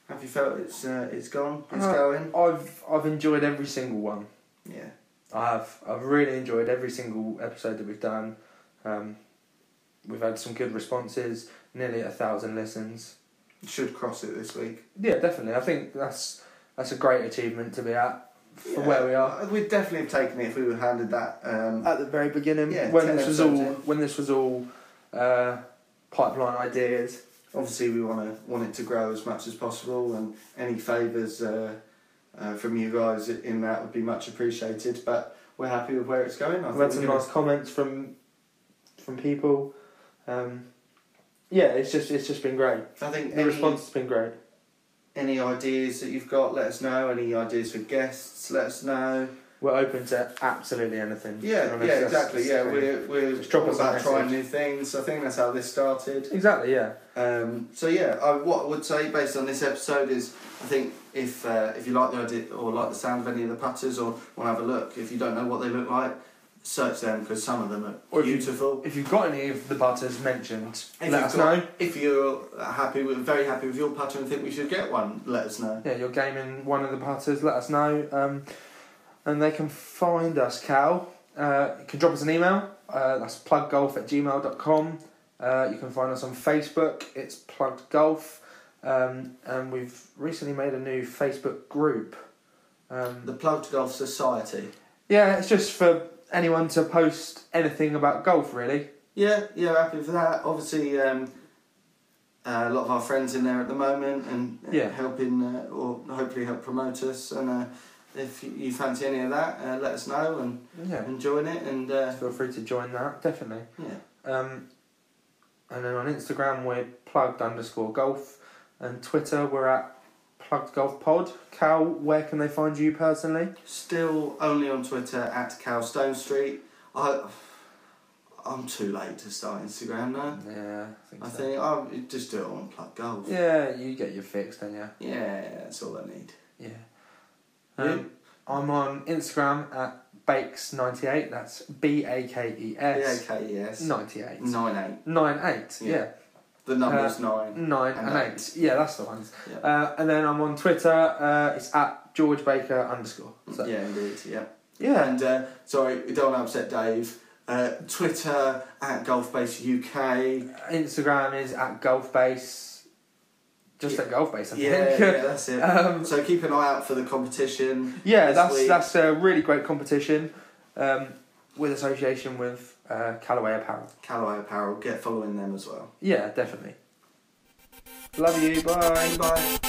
Have you felt it's uh, it's gone? It's
Uh,
going.
I've I've enjoyed every single one.
Yeah.
I have. I've really enjoyed every single episode that we've done. Um, we've had some good responses. Nearly a thousand listens.
Should cross it this week.
Yeah, definitely. I think that's that's a great achievement to be at for where we are.
Uh, We'd definitely have taken it if we were handed that. Um,
At the very beginning,
Yeah,
when
10
this was all
episodes in.
when this was all uh, pipeline ideas.
obviously, we want to want it to grow as much as possible, and any favours uh, uh, from you guys in that would be much appreciated. But
we're happy with where it's going. I think
I've had
we're
some
gonna-
nice comments from from people. Um, yeah, it's just it's just been great.
I think
The
any,
response has been great.
any ideas that you've got, let us know. Any ideas for guests, let us know.
We're open to absolutely anything. to be
Yeah,
honest.
yeah,
That's-
exactly.
that's
Yeah,
the
we're
thing.
we're
Just drop
all
us a
about
message.
trying new things. I think that's how this started.
exactly yeah.
Um,
So yeah, I, what I would say based on this episode is, I think if uh, if you like the idea or like the sound of any of the patters or want to have a look, if you don't know what they look like, search them because some of them are
Or if you-
beautiful.
If you've got any of the butters mentioned,
If
let
you've
us
got-
know.
If you're happy with very happy with your pattern and think we should get one, let us know.
Yeah, you're gaming one of the butters. Let us know. Um, and they can find us, Cal. Uh, you can drop us an email. Uh, that's pluggedgolf at gmail.com. Uh, you can find us on Facebook. It's plugged golf. Um, and we've recently made a new Facebook group. Um,
The Plugged Golf Society.
yeah, it's just for anyone to post anything about golf, really.
Yeah, yeah, happy for that. Obviously, um, uh, a lot of our friends in there at the moment and uh,
Yeah.
helping uh, or hopefully help promote us. And uh, if you- you fancy any of that, uh, let us know and
Yeah,
enjoying it. And uh,
feel free to join that, definitely.
yeah,
Um, and then on Instagram, we're plugged underscore golf. And Twitter, we're at plugged golf pod. Cal, where can they find you personally?
still only on Twitter at Cal Stone Street. I, I'm too late to start Instagram now.
Yeah,
I think I'll just do it on Plug Golf.
Yeah, you get your fix, don't you?
Yeah, that's all I need.
Yeah. Um, I'm on Instagram at bakes98. That's B A K E S.
Yeah, okay, yes.
98.
Nine eight.
9 8.
Yeah.
yeah.
The
Uh,
number's nine.
Nine
And
and,
eight.
eight. Yeah, that's the ones.
Yeah.
Uh, and then I'm on Twitter. Uh, it's at George Baker underscore. So,
Yeah, indeed. Yeah.
yeah.
And uh, sorry, we don't want to upset Dave. Uh, Twitter at Golf Base UK.
Instagram is at golf base. Just
Yeah.
at golf base, I
Yeah,
think.
yeah, that's it.
Um,
so keep an eye out for the competition.
yeah,
This
that's
week.
that's a really great competition, um, with association with uh, Callaway Apparel.
Callaway Apparel, get following them as well.
Yeah, definitely. Love you. Bye.
Bye.